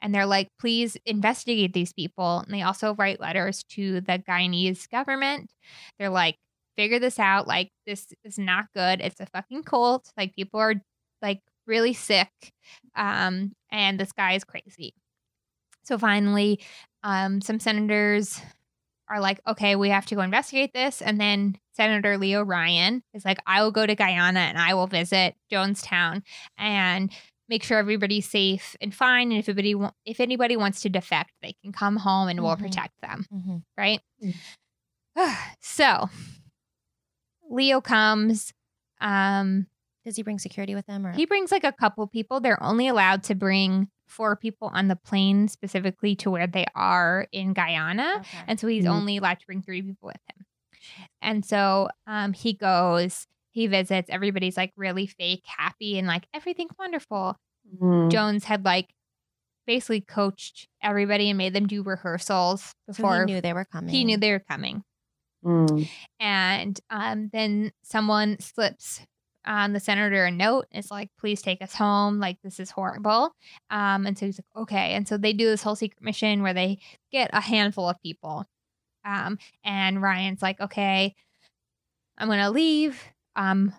Speaker 3: And they're like, please investigate these people. And they also write letters to the Guyanese government. They're like, figure this out. Like, this is not good. It's a fucking cult. Like, people are like really sick. Um, and this guy is crazy. So finally, um, some senators are like, okay, we have to go investigate this. And then Senator Leo Ryan is like, I will go to Guyana and I will visit Jonestown and make sure everybody's safe and fine. And if anybody, wa- if anybody wants to defect, they can come home and we'll
Speaker 2: Mhm.
Speaker 3: protect them.
Speaker 2: Mhm.
Speaker 3: Right.
Speaker 5: Mm.
Speaker 3: so Leo comes. Um,
Speaker 2: Does he bring security with him or?
Speaker 3: he brings like a couple people. They're only allowed to bring four people on the plane specifically to where they are in Guyana.
Speaker 2: Okay. Mm-hmm.
Speaker 3: And so he's
Speaker 5: Mhm.
Speaker 3: only allowed to bring three people with him. And so um, he goes, he visits, everybody's like really fake happy and like everything's wonderful.
Speaker 2: Mm-hmm.
Speaker 5: Mm.
Speaker 3: Jones had like basically coached everybody and made them do rehearsals
Speaker 2: so
Speaker 3: before
Speaker 2: he knew they were coming.
Speaker 3: he knew they were coming.
Speaker 5: Mm.
Speaker 3: And um, then someone slips um, the senator a note. It's like, please take us home. Like, this is horrible. Um, and so he's like, okay. And so they do this whole secret mission where they get a handful of people. Um, and Ryan's like, okay, I'm going to leave. Um,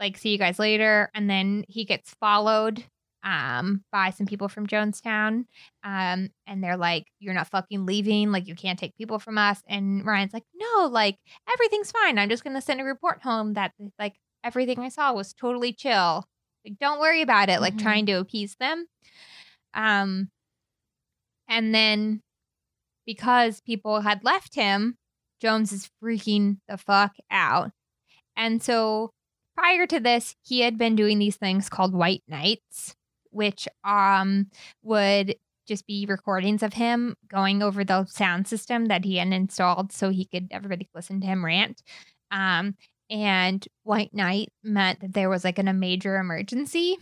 Speaker 3: like, see you guys later. And then he gets followed um, by some people from Jonestown. Um, and they're like, you're not fucking leaving. Like, you can't take people from us. And Ryan's like, no, like, everything's fine. I'm just going to send a report home that, like, everything I saw was totally chill. Like, don't worry about it. Like
Speaker 5: Mhm.
Speaker 3: trying to appease them. Um, and then because people had left him, Jones is freaking the fuck out. And so prior to this, he had been doing these things called white nights, which um would just be recordings of him going over the sound system that he had installed so he could everybody could listen to him rant. Um, and white night meant that there was like an, a major emergency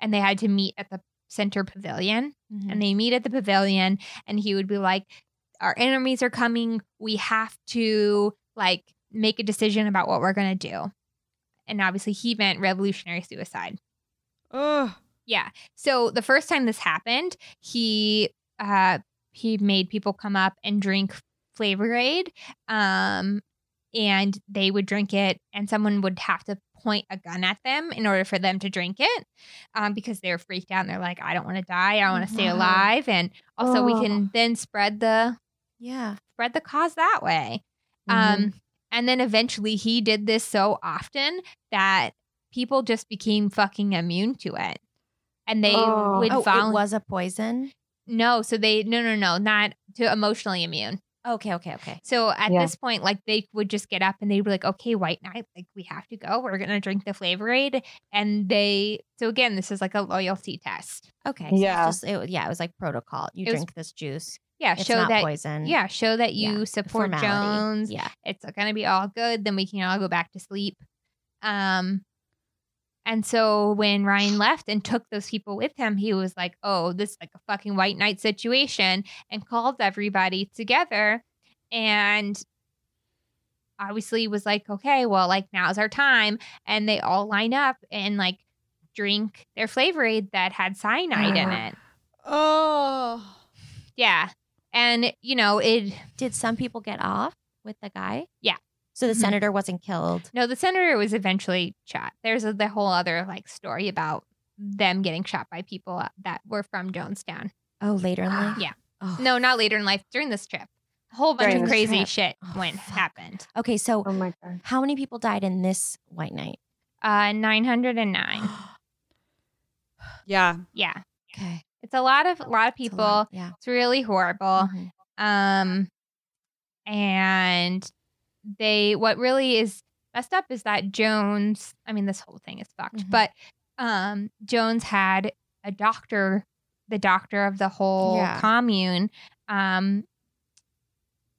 Speaker 3: and they had to meet at the center pavilion and they meet at the pavilion and he would be like our enemies are coming we have to like make a decision about what we're going to do and obviously he meant revolutionary suicide
Speaker 1: Oh,
Speaker 3: yeah so the first time this happened he uh he made people come up and drink flavorade um and they would drink it and someone would have to point a gun at them in order for them to drink it um, because they were freaked out and they're like i don't want to die i want to stay
Speaker 5: Wow.
Speaker 3: alive and also we can
Speaker 8: Oh.
Speaker 3: then spread the
Speaker 5: Yeah.
Speaker 3: spread the cause that way
Speaker 8: Mm-hmm.
Speaker 3: um, and then eventually he did this so often that people just became fucking immune to it. And they
Speaker 8: Oh.
Speaker 3: would
Speaker 5: Oh,
Speaker 3: follow.
Speaker 5: it was a poison.
Speaker 3: no, so they, no, no, no, not to emotionally immune.
Speaker 5: Okay. Okay. Okay.
Speaker 3: So at
Speaker 8: Yeah.
Speaker 3: this point, like they would just get up and they'd be like, okay, white knight, like we have to go. We're going to drink the flavorade. And they, so again, this is like a loyalty test.
Speaker 5: Okay. so it's
Speaker 8: Yeah.
Speaker 5: just- it- yeah. It was like protocol. You
Speaker 3: It was-
Speaker 5: drink this juice.
Speaker 3: Yeah,
Speaker 5: It's
Speaker 3: show
Speaker 5: not
Speaker 3: that.
Speaker 5: poison.
Speaker 3: Yeah, show that
Speaker 5: Yeah,
Speaker 3: you
Speaker 5: The
Speaker 3: support
Speaker 5: formality.
Speaker 3: Jones.
Speaker 5: Yeah.
Speaker 3: it's going to be all good. Then we can all go back to sleep. Um, and so when Ryan left and took those people with him, he was like, "Oh, this is like a fucking white knight situation," and called everybody together, and obviously was like, "Okay, well, like now's our time," and they all line up and like drink their flavorade that had cyanide in it.
Speaker 1: oh.
Speaker 3: Yeah, and you know it.
Speaker 5: Did some people get off with the guy?
Speaker 3: Yeah.
Speaker 5: So the
Speaker 3: Mhm.
Speaker 5: senator wasn't killed.
Speaker 3: No, the senator was eventually shot. There's a, the whole other like story about them getting shot by people uh, that were from Jonestown.
Speaker 5: Oh, later in life.
Speaker 3: Yeah.
Speaker 5: Oh.
Speaker 3: No, not later in life. During this trip, a whole bunch
Speaker 8: During
Speaker 3: of
Speaker 8: this
Speaker 3: crazy
Speaker 5: trip.
Speaker 3: shit
Speaker 5: Oh,
Speaker 3: went
Speaker 5: fuck.
Speaker 3: happened.
Speaker 5: Okay. So
Speaker 8: Oh my god.
Speaker 5: how many people died in this white night?
Speaker 3: Uh, nine hundred and nine.
Speaker 1: Yeah.
Speaker 3: Yeah,
Speaker 5: okay.
Speaker 3: it's a lot of a lot of
Speaker 5: It's a
Speaker 3: people.
Speaker 5: lot. Yeah.
Speaker 3: It's really horrible.
Speaker 5: Mhm.
Speaker 3: Um, and they what really is messed up is that Jones. I mean, this whole thing is fucked.
Speaker 5: Mhm.
Speaker 3: But um, Jones had a doctor, the doctor of the whole
Speaker 5: Yeah.
Speaker 3: commune, um,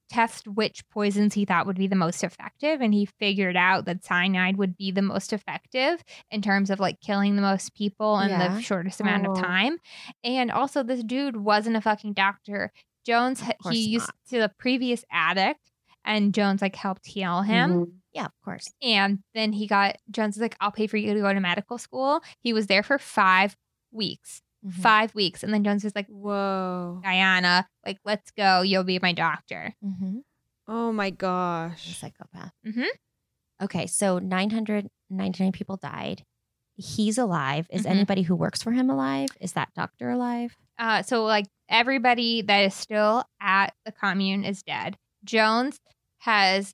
Speaker 3: test which poisons he thought would be the most effective, and he figured out that cyanide would be the most effective in terms of like killing the most people in
Speaker 5: Yeah.
Speaker 3: the shortest amount of
Speaker 8: Oh.
Speaker 3: time. And also, this dude wasn't a fucking doctor. Jones h-
Speaker 5: course
Speaker 3: he used
Speaker 5: not.
Speaker 3: to the previous addict and Jones like helped heal him
Speaker 8: Mhm.
Speaker 5: Yeah. Of course.
Speaker 3: and then he got Jones is like I'll pay for you to go to medical school. He was there for 5 weeks.
Speaker 5: Mhm.
Speaker 3: 5 weeks and then Jones was like
Speaker 1: Whoa.
Speaker 3: Diana, like let's go. You'll be my doctor.
Speaker 5: Mhm.
Speaker 1: Oh my
Speaker 5: A
Speaker 1: gosh.
Speaker 5: psychopath.
Speaker 3: Mhm.
Speaker 5: Okay, so 999 people died. He's alive. Is
Speaker 3: Mhm.
Speaker 5: anybody who works for him alive? Is that doctor alive?
Speaker 3: Uh so like everybody that is still at the commune is dead. Jones has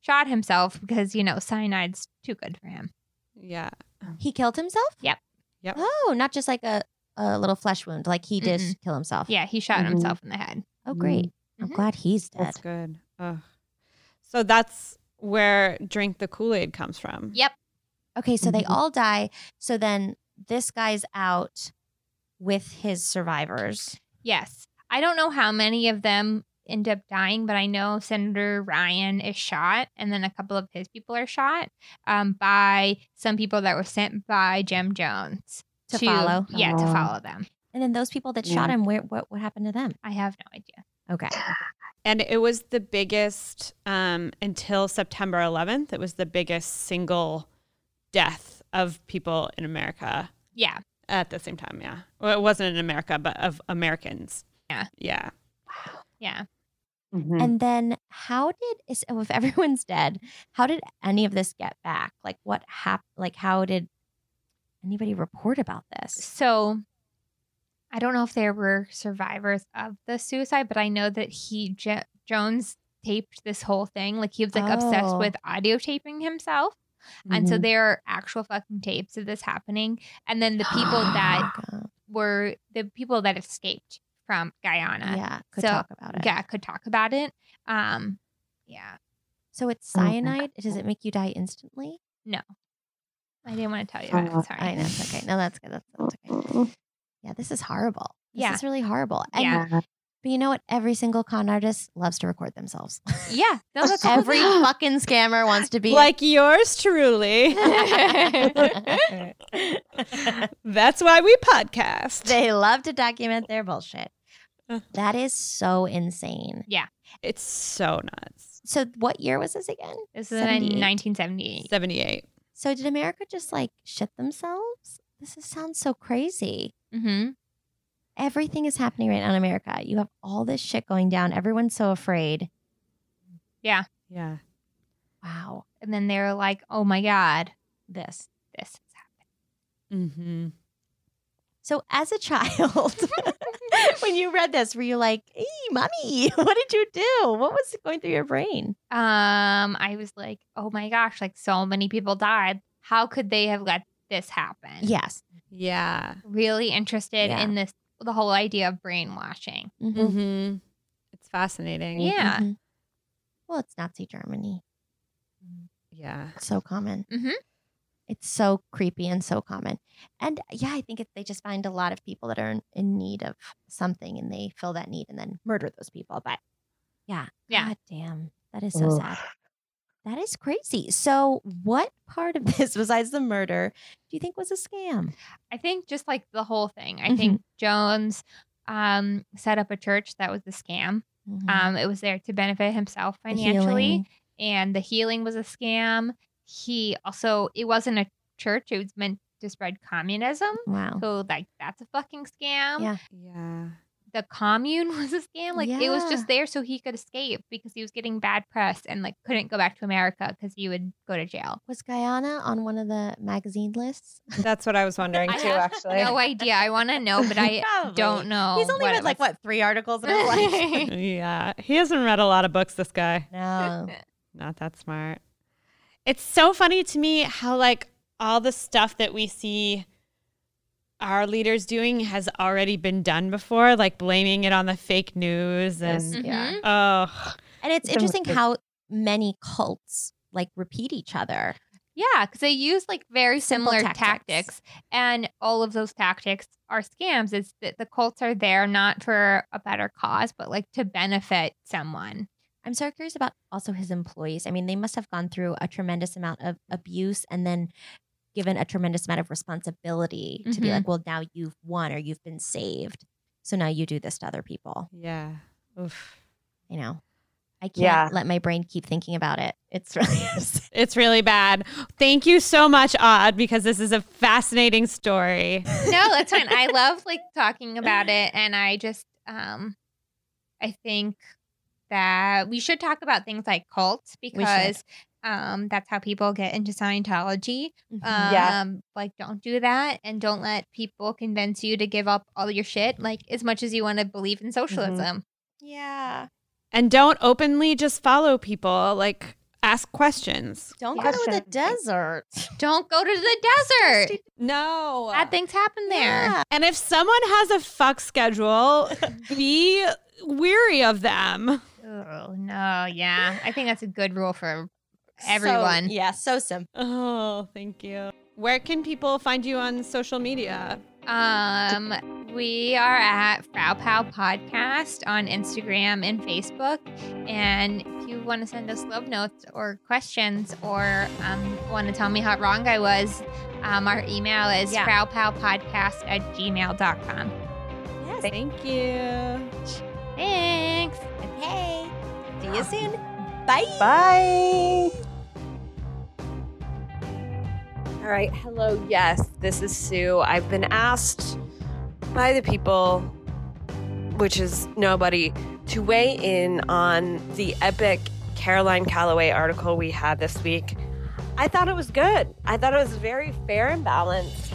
Speaker 3: shot himself because you know cyanide's too good for him.
Speaker 1: Yeah.
Speaker 5: He killed himself?
Speaker 3: Yep.
Speaker 1: Yep.
Speaker 5: Oh, not just like a, a little flesh wound. Like he did kill himself.
Speaker 3: Yeah, he shot
Speaker 5: Mm-hmm.
Speaker 8: Mhm.
Speaker 3: himself in the head.
Speaker 5: Oh, great. I'm
Speaker 3: Mhm.
Speaker 5: glad he's dead.
Speaker 1: That's good. Ugh. So that's where drink the Kool Aid comes from.
Speaker 3: Yep.
Speaker 5: Okay, so they
Speaker 8: Mhm.
Speaker 5: all die. So then this guy's out with his survivors.
Speaker 3: Yes. I don't know how many of them end up dying, but I know Senator Ryan is shot, and then a couple of his people are shot um, by some people that were sent by Jim Jones
Speaker 5: To follow.
Speaker 3: Yeah, to
Speaker 8: Oh.
Speaker 3: follow them.
Speaker 5: And then those people that
Speaker 8: Yeah.
Speaker 5: shot him, where what, what happened to them?
Speaker 3: I have no idea.
Speaker 5: Okay.
Speaker 1: And it was the biggest um, until September 11th. It was the biggest single death of people in America
Speaker 3: Yeah.
Speaker 1: at the same time. Yeah. Well, it wasn't in America, but of Americans.
Speaker 3: Yeah.
Speaker 1: Yeah.
Speaker 3: Yeah.
Speaker 8: Mhm.
Speaker 5: And then how did is- oh, if everyone's dead, how did any of this get back? Like what happened? Like how did anybody report about this?
Speaker 3: So I don't know if there were survivors of the suicide, but I know that he, Jo- Jones, taped this whole thing. Like he was like obsessed
Speaker 5: Oh. Mm-hmm.
Speaker 3: with audio taping himself. And so there are actual fucking tapes of this happening. And then the people that were the people that escaped from Guyana.
Speaker 5: yeah, could
Speaker 3: So,
Speaker 5: talk about it.
Speaker 3: Yeah, could talk about it. Um, yeah,
Speaker 5: So it's
Speaker 9: Oh my
Speaker 5: cyanide. Does it make you die instantly?
Speaker 3: I didn't want to tell you that.
Speaker 9: Oh,
Speaker 3: Sorry.
Speaker 5: I know. It's okay. No, that's good. That's, that's okay.
Speaker 9: Mhm.
Speaker 5: Yeah, this is horrible. This
Speaker 3: Yeah.
Speaker 5: is really horrible. And,
Speaker 3: Yeah.
Speaker 5: But you know what? Every single con artist loves to record themselves.
Speaker 3: Yeah, no, that's all
Speaker 5: Every fucking scammer wants to be
Speaker 1: Like yours truly. That's why we podcast.
Speaker 5: they love to document their bullshit.
Speaker 1: Uh.
Speaker 5: That is so insane.
Speaker 1: it's so nuts.
Speaker 5: So, what year was this again?
Speaker 3: This is in
Speaker 5: 78.
Speaker 3: 1978.
Speaker 1: 78.
Speaker 5: So, did America just like shit themselves? This is, sounds so crazy.
Speaker 3: Mm-hmm.
Speaker 5: Everything is happening right now in America. You have all this shit going down. Everyone's so afraid.
Speaker 1: Yeah.
Speaker 5: Wow.
Speaker 3: And then they're like, "Oh my god, this, this is
Speaker 1: Mm-hmm.
Speaker 5: So, as a child, when you read this, were you like, "Ee, mommy, what did you do? What was going through your brain?
Speaker 3: happening." Um, I was like, "Oh my gosh, like so many people died. How could they have let this happen?"
Speaker 5: Yes.
Speaker 1: Yeah.
Speaker 3: really interested
Speaker 5: Yeah.
Speaker 3: in this, the whole idea of brainwashing.
Speaker 5: Mhm.
Speaker 1: Mm-hmm. It's fascinating.
Speaker 3: Yeah.
Speaker 5: Mhm. Well, it's Nazi Germany.
Speaker 1: Yeah.
Speaker 5: It's so common.
Speaker 3: Mhm.
Speaker 5: It's so creepy and so common. And yeah, I think it, they just find a lot of people that are in, in need of something and they fill that need and then murder those people. But yeah.
Speaker 3: Yeah.
Speaker 5: God damn. That is so
Speaker 9: Ugh.
Speaker 5: sad. That is crazy. So, what part of this, besides the murder, do you think was a scam?
Speaker 3: I think just like the whole thing.
Speaker 5: Mm-hmm.
Speaker 3: I think Jones um set up a church that was a scam. Um it was there to benefit himself
Speaker 5: Mm-hmm. The
Speaker 3: financially
Speaker 5: healing.
Speaker 3: and the healing was a scam. He also it wasn't a church, it was meant to spread communism.
Speaker 5: Wow.
Speaker 3: So like that's a fucking scam.
Speaker 5: Yeah.
Speaker 1: Yeah.
Speaker 3: The commune was a scam. Like it was
Speaker 5: Yeah.
Speaker 3: just there so he could escape because he was getting bad press and like couldn't go back to America because he would go to jail.
Speaker 5: Was Guyana on one of the magazine lists?
Speaker 1: That's what I was wondering
Speaker 3: I
Speaker 1: too,
Speaker 3: have
Speaker 1: actually.
Speaker 3: No idea. I want to know, but I
Speaker 5: Probably.
Speaker 3: don't know.
Speaker 5: He's
Speaker 3: Oh,
Speaker 5: only
Speaker 3: what
Speaker 5: read
Speaker 3: it
Speaker 5: like
Speaker 3: was.
Speaker 5: what three articles in his life.
Speaker 1: yeah. He hasn't read a lot of books, this guy.
Speaker 5: no.
Speaker 1: Not that smart. It's so funny to me how, like, all the stuff that we see our leaders doing has already been done before, like blaming it on the fake news and,
Speaker 5: Yeah.
Speaker 3: Mhm.
Speaker 1: oh,
Speaker 5: And it's
Speaker 9: So
Speaker 5: interesting
Speaker 9: it-
Speaker 5: how many cults like repeat each other.
Speaker 3: Yeah, because they use like very
Speaker 5: Simple
Speaker 3: similar
Speaker 5: tactics.
Speaker 3: tactics. and all of those tactics are scams. It's that the cults are there not for a better cause, but like to benefit someone.
Speaker 5: I'm so curious about also his employees. I mean, they must have gone through a tremendous amount of abuse and then given a tremendous amount of responsibility to be
Speaker 3: Mhm.
Speaker 5: like, well, now you've won or you've been saved. So now you do this to other people.
Speaker 1: yeah. Oof.
Speaker 5: You know, I can't
Speaker 9: Yeah.
Speaker 5: let my brain keep thinking about it. It's really upsetting.
Speaker 1: It's really bad. Thank you so much, Odd, because this is a fascinating story.
Speaker 3: No, that's fine. I love like talking about it, and I just um, I think that we should talk about things like cults
Speaker 5: should.
Speaker 3: because um, that's how people get into Scientology. Um,
Speaker 9: Yeah.
Speaker 3: like don't do that and don't let people convince you to give up all your shit like as much as you want to believe in socialism.
Speaker 5: yeah.
Speaker 1: And don't openly just follow people. Like, ask questions.
Speaker 5: Don't
Speaker 3: Yeah.
Speaker 5: go to the desert.
Speaker 3: Don't go to the desert.
Speaker 1: No.
Speaker 3: Bad things happen there.
Speaker 5: Yeah.
Speaker 1: and if someone has a fuck schedule, be weary of them.
Speaker 3: Oh no, yeah. I think that's a good rule for
Speaker 5: So-
Speaker 3: everyone.
Speaker 5: yeah. So simple.
Speaker 1: Oh, thank you. Where can people find you on social media?
Speaker 3: Um we are at Frau Pow Podcast on Instagram and Facebook. And if you want to send us love notes or questions or um, want to tell me how wrong I was, um, our email is
Speaker 5: Yeah.
Speaker 3: yeah. Podcast at gmail.com.
Speaker 5: Yes.
Speaker 1: Thank you.
Speaker 3: Thanks.
Speaker 5: Hey. See
Speaker 1: Ah.
Speaker 5: you soon. Bye.
Speaker 9: Bye.
Speaker 10: All right. Hello. Yes, this is Sue. I've been asked by the people, which is nobody, to weigh in on the epic Caroline Calloway article we had this week. I thought it was good. I thought it was very fair and balanced.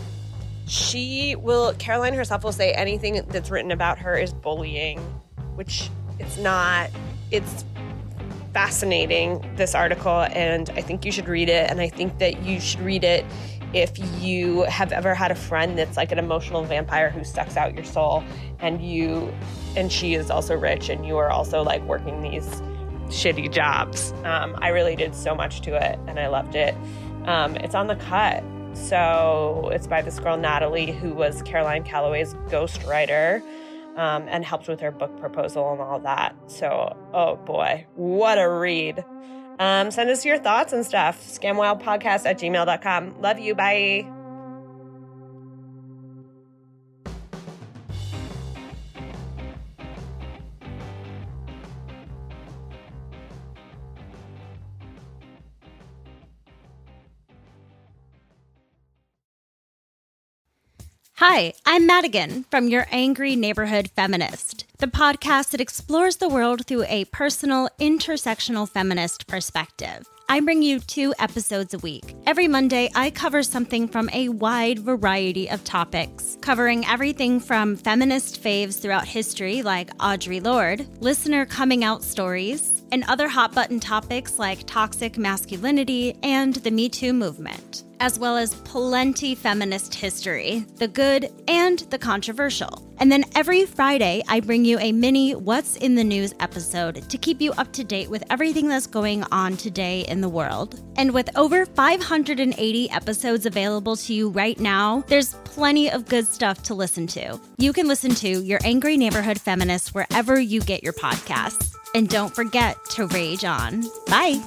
Speaker 10: She will, Caroline herself will say anything that's written about her is bullying, which it's not. It's fascinating, this article, and I think you should read it. And I think that you should read it if you have ever had a friend that's like an emotional vampire who sucks out your soul, and you and she is also rich, and you are also like working these shitty jobs. Um, I related so much to it, and I loved it. Um, it's on the cut. So it's by this girl, Natalie, who was Caroline Calloway's ghostwriter um, and helped with her book proposal and all that. So, oh boy, what a read. Um, send us your thoughts and stuff. Scamwildpodcast at gmail.com. Love you. Bye.
Speaker 1: Hi, I'm Madigan from Your Angry Neighborhood Feminist, the podcast that explores the world through a personal, intersectional feminist perspective. I bring you two episodes a week. Every Monday, I cover something from a wide variety of topics, covering everything from feminist faves throughout history, like Audre Lorde, listener coming out stories, and other hot button topics like toxic masculinity and the Me Too movement, as well as plenty feminist history, the good and the controversial. And then every Friday, I bring you a mini What's in the News episode to keep you up to date with everything that's going on today in the world. And with over 580 episodes available to you right now, there's plenty of good stuff to listen to. You can listen to Your Angry Neighborhood Feminist wherever you get your podcasts. And don't forget to rage on. Bye.